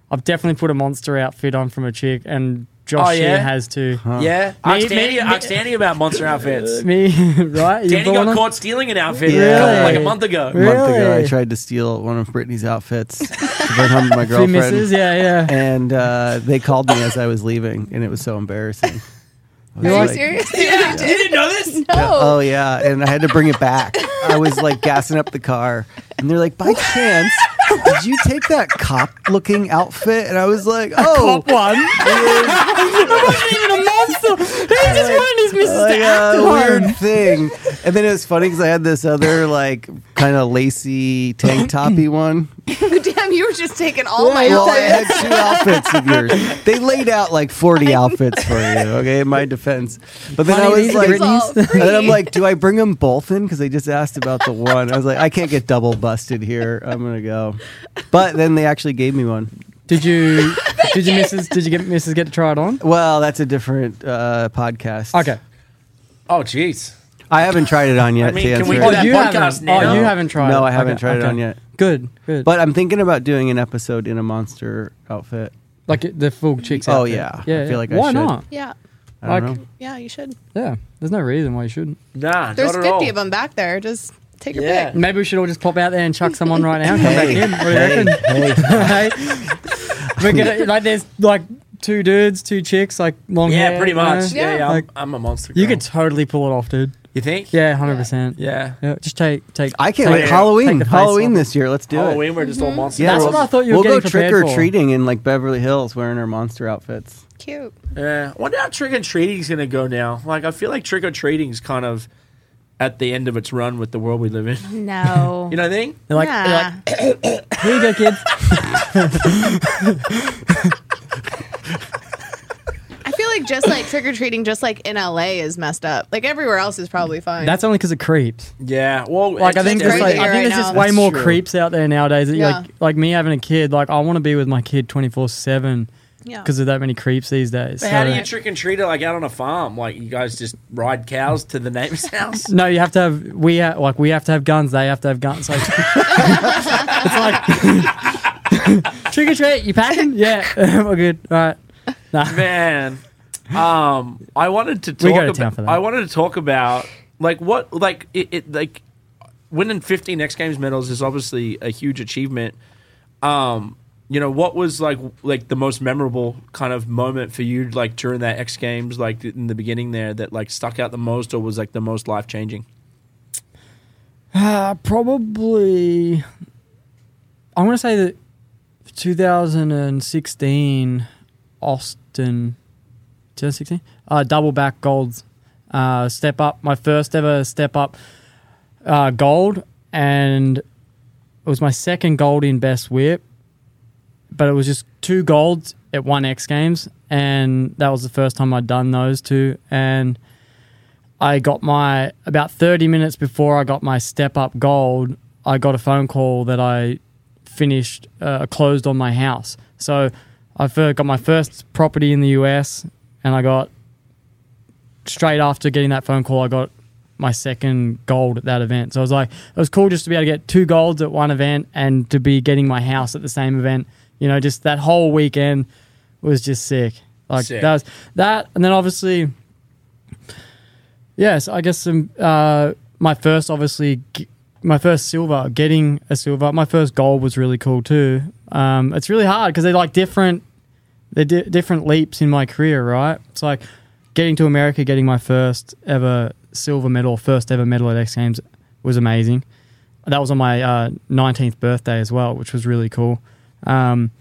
I've definitely put a monster outfit on from a chick, and Josh Oh, yeah? here has too. Yeah, ask Me- Danny, me- ask Danny about monster outfits. Me, right? You Danny bought got one? caught stealing an outfit Yeah. a couple- like a Really? month ago. A month ago, I Really? tried to steal one of Brittany's outfits to bring home to my Two girlfriend. misses. Yeah, yeah. and uh, they called me as I was leaving, and it was so embarrassing. I was Are you like, serious? Yeah, you didn't know this? Oh yeah, and I had to bring it back. I was like gassing up the car, and they're like, "By chance, did you take that cop looking outfit? And I was like, oh. Cop one. I wasn't even a monster. He just wanted his missus Like to a act alone. Oh, weird thing, and then it was funny because I had this other like kind of lacy tank toppy one. Damn, you were just taking all my well, I outfits. had two outfits of yours. They laid out like forty outfits for you. Okay, in my defense, but then Honey, I was these like, Britney's. It's all And then I'm free. like, do I bring them both in? Because they just asked about the one. I was like, I can't get double busted here. I'm gonna go. But then they actually gave me one. Did you? did you missus? Did you get missus get to try it on? Well, that's a different uh, podcast. Okay. Oh, jeez. I haven't tried it on yet. I mean, to can we do answer it. that you podcast haven't. now. Oh, you haven't tried. No, it. I haven't tried it on yet. Good. Good. But I'm thinking about doing an episode in a monster outfit. like it- the full chicks. Oh, outfit. yeah. Yeah. I feel yeah. like I Why should. not? yeah, I don't Like- know. yeah, you should. Yeah. There's no reason why you shouldn't. Nah, There's not at 50 all. of them back there. Just take your Yeah. pick. Maybe we should all just pop out there and chuck someone right now and come back Hey, in. What do you reckon? Hey, hey. Hey. We're gonna like there's like two dudes, two chicks, like long hair. Yeah, pretty you know? much. Yeah, Yeah. yeah, I'm, Like- I'm a monster. You girl. could totally pull it off, dude. You think? Yeah, hundred percent. Yeah. Yeah, just take take. I can't take wait. it- take Halloween. the face Halloween off. this year. Let's do it. Halloween, we're just all monsters. That's we'll- what I thought you were We'll go getting prepared trick for. or treating in like Beverly Hills wearing our monster outfits. Cute. Yeah. I wonder how trick or treating's gonna go now. Like, I feel like trick or treating's kind of at the end of its run with the world we live in. No. You know what I think? They're like, they're like, here you go, kids. I feel like just like trick or treating, just like in LA is messed up. Like everywhere else is probably fine. That's only because of creeps. Yeah. Well, Like I it's think just- there's crazy like I right think there's just now. way That's more true. creeps out there nowadays. That you Yeah. Like like me having a kid, like I want to be with my kid twenty four seven yeah. because of that many creeps these days. But how do So- you trick and treat it like out on a farm? Like you guys just ride cows to the neighbor's house? No, you have to have we ha- like we have to have guns. They have to have guns. So it's like trick or treat. You packing? Yeah, we're good. All right. Nah. Man, um, I wanted to We talk go to about. town for that. I wanted to talk about like what like it, it like winning 15 X Games medals is obviously a huge achievement. Um, you know what was like like the most memorable kind of moment for you like during that X Games like in the beginning there that like stuck out the most or was like the most life changing? Uh, probably. I want to say that 2016 Austin, 2016 uh, double back golds, uh, step up. My first ever step up uh, gold, and it was my second gold in best whip, but it was just two golds at one X Games, and that was the first time I'd done those two, and. I got my about 30 minutes before I got my step up gold, I got a phone call that I finished uh, closed on my house. So I fir- got my first property in the US and I got straight after getting that phone call I got my second gold at that event. So I was like it was cool just to be able to get two golds at one event and to be getting my house at the same event. You know, just that whole weekend was just sick. Like Sick. that was that and then obviously Yes, I guess um, uh, my first, obviously, g- my first silver, getting a silver. My first gold was really cool too. Um, it's really hard because they're like different, they're di- different leaps in my career, right? It's like getting to America, getting my first ever silver medal, first ever medal at X Games was amazing. That was on my uh, 19th birthday as well, which was really cool. Um,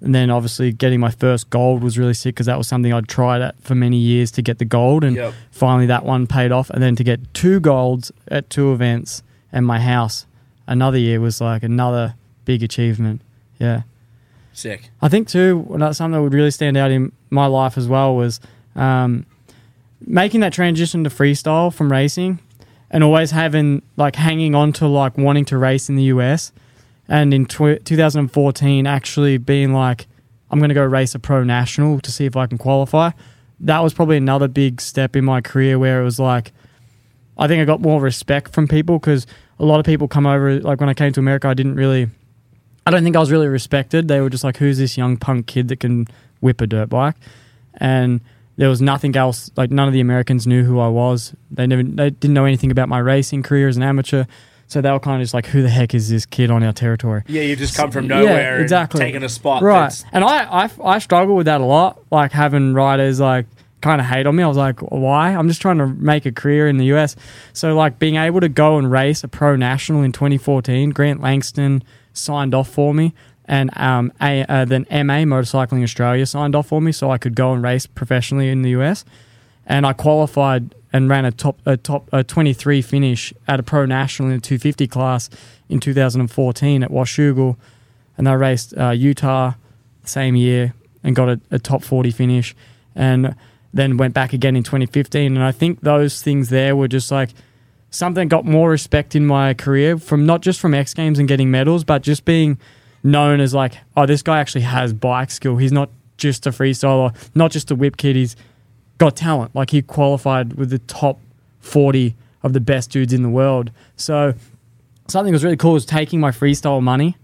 and then obviously getting my first gold was really sick because that was something I'd tried at for many years to get the gold, and Yep. finally that one paid off. And then to get two golds at two events and my house another year was like another big achievement. Yeah. Sick. I think too another- something that would really stand out in my life as well was um, making that transition to freestyle from racing, and always having like hanging on to like wanting to race in the US, and in tw- 2014 actually being like, I'm gonna go race a pro national to see if I can qualify. That was probably another big step in my career where it was like, I think I got more respect from people because a lot of people come over like when I came to America, I didn't really. I don't think I was really respected. They were just like, "Who's this young punk kid that can whip a dirt bike?" And there was nothing else. Like none of the Americans knew who I was. They never, they didn't know anything about my racing career as an amateur. So they were kind of just like, "Who the heck is this kid on our territory?" Yeah, you just come from nowhere and exactly. taking a spot right that's and I, I i struggle with that a lot like having riders like kind of hate on me. I was like, why? I'm just trying to make a career in the US. So, like, being able to go and race a pro national in 2014, Grant Langston signed off for me. And um, a, uh, then MA Motorcycling Australia signed off for me, so I could go and race professionally in the US. And I qualified and ran a top a top a 23 finish at a pro national in the 250 class in 2014 at Washougal and I raced uh, Utah the same year and got a, a top 40 finish and then went back again in 2015 and I think those things there were just like something got more respect in my career from not just from X Games and getting medals but just being known as like oh this guy actually has bike skill he's not just a freestyler not just a whip kid he's got talent like he qualified with the top 40 of the best dudes in the world so something that was really cool was taking my freestyle money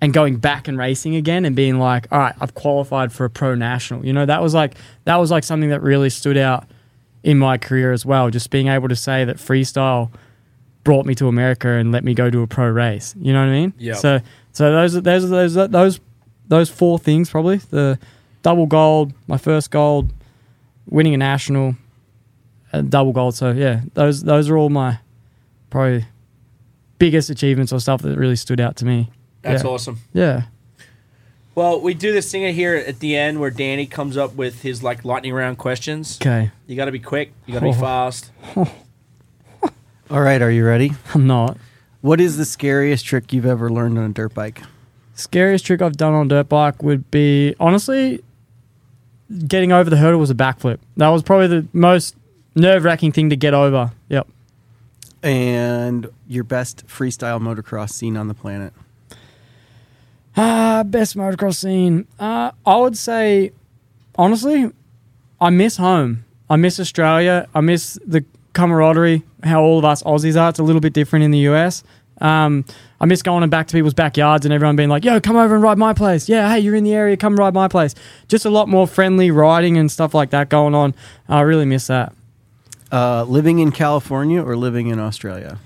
and going back and racing again and being like, all right, I've qualified for a pro national. You know, that was like that was like something that really stood out in my career as well. Just being able to say that freestyle brought me to America and let me go to a pro race. You know what I mean? Yeah. So so those those those those those four things probably the double gold, my first gold, winning a national, and double gold. So yeah, those those are all my probably biggest achievements or stuff that really stood out to me. That's yeah. awesome. Yeah. Well, we do this thing here at the end where Danny comes up with his like lightning round questions. Okay. You got to be quick. You got to be Oh. fast. All right, are you ready? I'm not. What is the scariest trick you've ever learned on a dirt bike? Scariest trick I've done on dirt bike would be honestly getting over the hurdle was a backflip. That was probably the most nerve wracking thing to get over. Yep. And your best freestyle motocross scene on the planet? Uh, best motocross scene. Uh, I would say, honestly, I miss home. I miss Australia. I miss the camaraderie, how all of us Aussies are. It's a little bit different in the US. Um, I miss going back to people's backyards and everyone being like, yo, come over and ride my place. Yeah, hey, you're in the area. Come ride my place. Just a lot more friendly riding and stuff like that going on. I really miss that. Uh, living in California or living in Australia?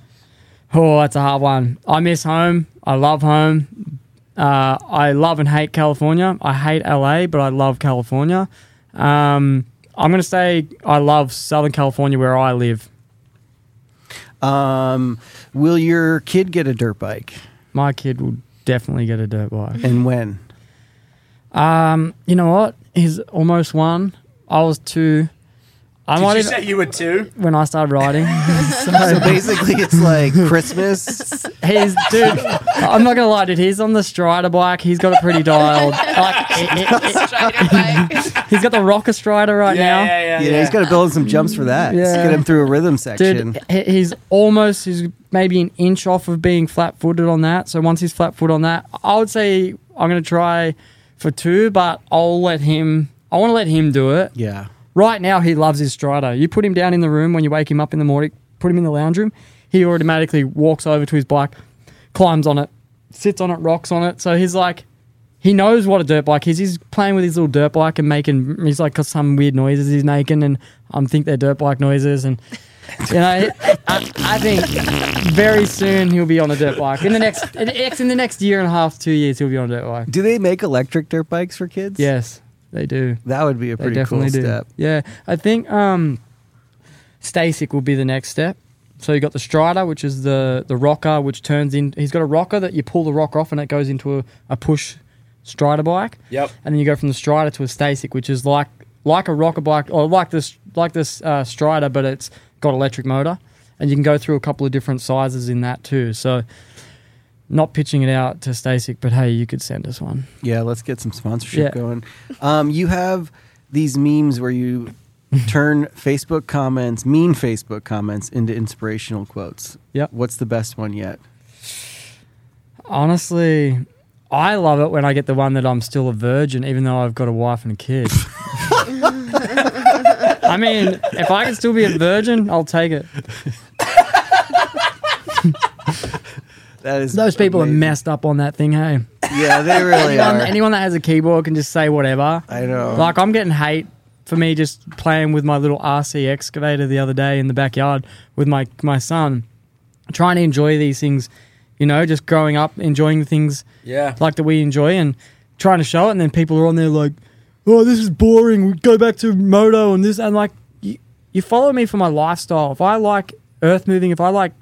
Oh, that's a hard one. I miss home. I love home. Uh, I love and hate California. I hate LA, but I love California. Um, I'm going to say I love Southern California where I live. Um, will your kid get a dirt bike? My kid will definitely get a dirt bike. And when? You know what? He's almost one. I was two. I Did might you even, say you were two? when I started riding. So basically, it's like Christmas. He's dude. I'm not gonna lie, dude. He's on the Strider bike. He's got it pretty dialed. Like, he- he- he's got the Rocker Strider right now. yeah, You know, he's got to build some jumps for that. Let's Yeah. Get him through a rhythm section. Dude, he- he's almost he's maybe an inch off of being flat footed on that. So once he's flat footed on that, I would say I'm gonna try for two, but I'll let him. I want to let him do it. Yeah. Right now, he loves his strider. You put him down in the room when you wake him up in the morning. Put him in the lounge room. He automatically walks over to his bike, climbs on it, sits on it, rocks on it. So he's like, he knows what a dirt bike is. He's playing with his little dirt bike and making. He's like got some weird noises he's making, and I um, think they're dirt bike noises. And you know, I, I think very soon he'll be on a dirt bike. In the next, in the- in the next year and a half, two years, he'll be on a dirt bike. Do they make electric dirt bikes for kids? Yes, they do. That would be a They pretty cool definitely do. step. Yeah, I think um, Stasic will be the next step. So you got the Strider, which is the the rocker, which turns in. He's got a rocker that you pull the rocker off, and it goes into a, a push Strider bike. Yep. And then you go from the Strider to a Stasic, which is like like a rocker bike or like this like this uh, Strider, but it's got electric motor, and you can go through a couple of different sizes in that too. So. Not pitching it out to Stasic, but hey, you could send us one. Yeah, let's get some sponsorship Yeah. going. Um, you have these memes where you turn Facebook comments, mean Facebook comments, into inspirational quotes. Yep. What's the best one yet? Honestly, I love it when I get the one that I'm still a virgin, even though I've got a wife and a kid. I mean, if I can still be a virgin, I'll take it. That is Those people amazing. are messed up on that thing, hey. Yeah, they really Anyone, are. anyone that has a keyboard can just say whatever. I know. Like I'm getting hate for me just playing with my little RC excavator the other day in the backyard with my my son, trying to enjoy these things. You know, just growing up, enjoying the things Yeah. like that we enjoy and trying to show it. And then people are on there like, oh, this is boring. We go back to moto and this. And like, you, you follow me for my lifestyle. If I like earth moving, if I like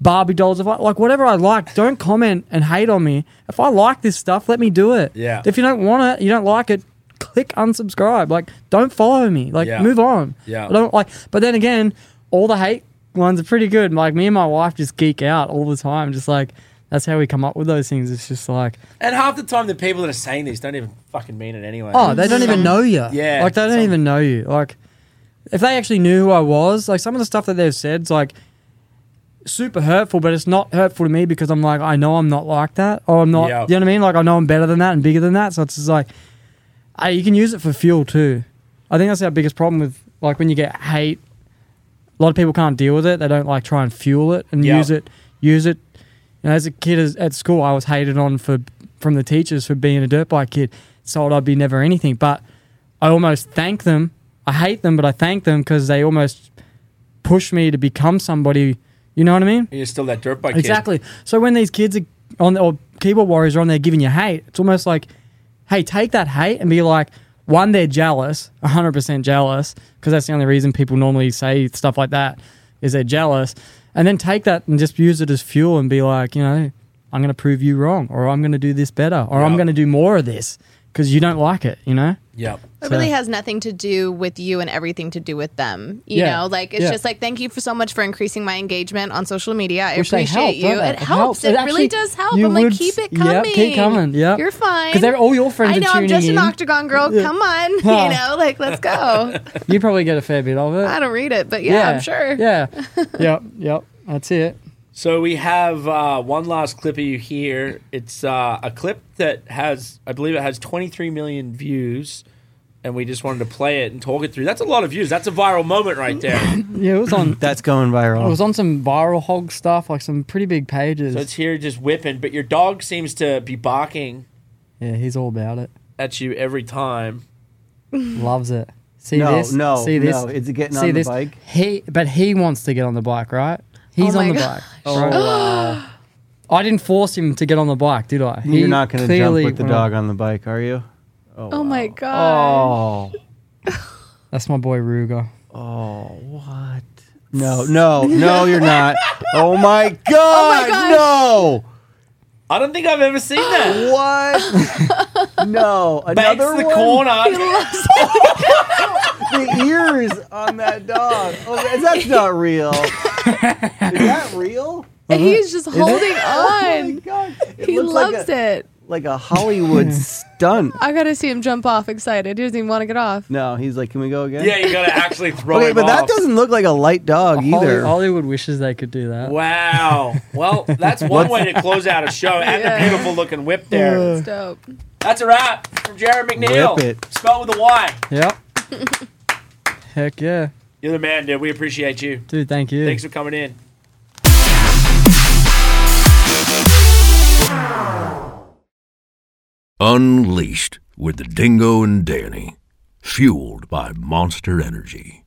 Barbie dolls, if I like whatever I like, don't comment and hate on me. If I like this stuff, let me do it. Yeah. If you don't want it, you don't like it, click unsubscribe. Like, don't follow me. Like, Yeah. move on. Yeah. I don't like, but then again, all the hate ones are pretty good. Like, me and my wife just geek out all the time. Just like, that's how we come up with those things. It's just like, And half the time, the people that are saying these don't even fucking mean it anyway. Mm. Oh, they don't even know you. Yeah, Like they don't some- even know you. Like if they actually knew who I was, like some of the stuff that they've said's like super hurtful, but it's not hurtful to me because I'm like, I know I'm not like that. Or I'm not Yep. you know what I mean? Like I know I'm better than that and bigger than that. So it's just like I, you can use it for fuel too. I think that's our biggest problem with like when you get hate, a lot of people can't deal with it. They don't like try and fuel it and Yep. use it use it you know, as a kid as, at school, I was hated on for from the teachers for being a dirt bike kid. Told I'd be never anything, but I almost thank them. I hate them, but I thank them because they almost push me to become somebody. You know what I mean? And you're still that dirt bike. kid. Exactly. So when these kids are on or keyboard warriors are on there giving you hate, it's almost like, hey, take that hate and be like, one, they're jealous, 100% jealous, because that's the only reason people normally say stuff like that is they're jealous. And then take that and just use it as fuel and be like, you know, I'm going to prove you wrong, or I'm going to do this better, or I'm Yeah. going to do more of this because you don't like it, you know? Yep. It really So- has nothing to do with you and everything to do with them. You Yeah. know, like it's Yeah. just like thank you for so much for increasing my engagement on social media. I Which they appreciate help, you. don't they? It, helps. It, actually- really does help. you I'm like would- keep it yeah, coming. keep coming, yeah. You're fine. 'Cause they're- all your friends I are know. tuning I'm just in. an octagon girl. Come on. Huh. You know, like let's go. You probably get a fair bit of it. I don't read it, but yeah, I'm sure. Yeah. yep. Yep. That's it. So we have uh, one last clip of you here. It's uh, a clip that has, I believe, it has 23 million views, and we just wanted to play it and talk it through. That's a lot of views. That's a viral moment right there. so Yeah, it was on That's going I was viral. on some viral hog stuff, like some pretty big pages. it's here just whipping, but your dog seems to be barking yeah, he's all about it. at you every time. Loves it. See No, this? no, See this? no. Is it getting on See the this? bike? He, but he wants to get on the bike, right? He's Oh on my the gosh. bike. right? I didn't force him to get on the bike, did I? He You're not going to jump clearly with the went on- dog on the bike, are you? Oh my god. Oh, That's my boy Ruger. oh, what? No, no, no, you're not. Oh my god! Oh I don't think I've ever seen that. No, what? no, Banks another the one? corner. the ears on that dog. Oh, that's not real. Is that real? Oh. And he's just holding Oh my on. god! It He looks loves like a, it. Like a Hollywood stunt. I gotta see him jump off excited. He doesn't even want to get off. No, he's like, can we go again? yeah, you gotta actually throw Okay, him but that off. doesn't look like a light dog Holly- either. Hollywood wishes they could do that. Wow. Well, that's one way to close out a show and Yeah. the beautiful looking whip there. It's dope. That's a wrap from Jared McNeil. Whip it. Spelled with a Y. Yep. Heck yeah, You're the man, dude. We appreciate you. dude. Thank you. Thanks for coming in. Unleashed with the Dingo and Danny, fueled by Monster Energy.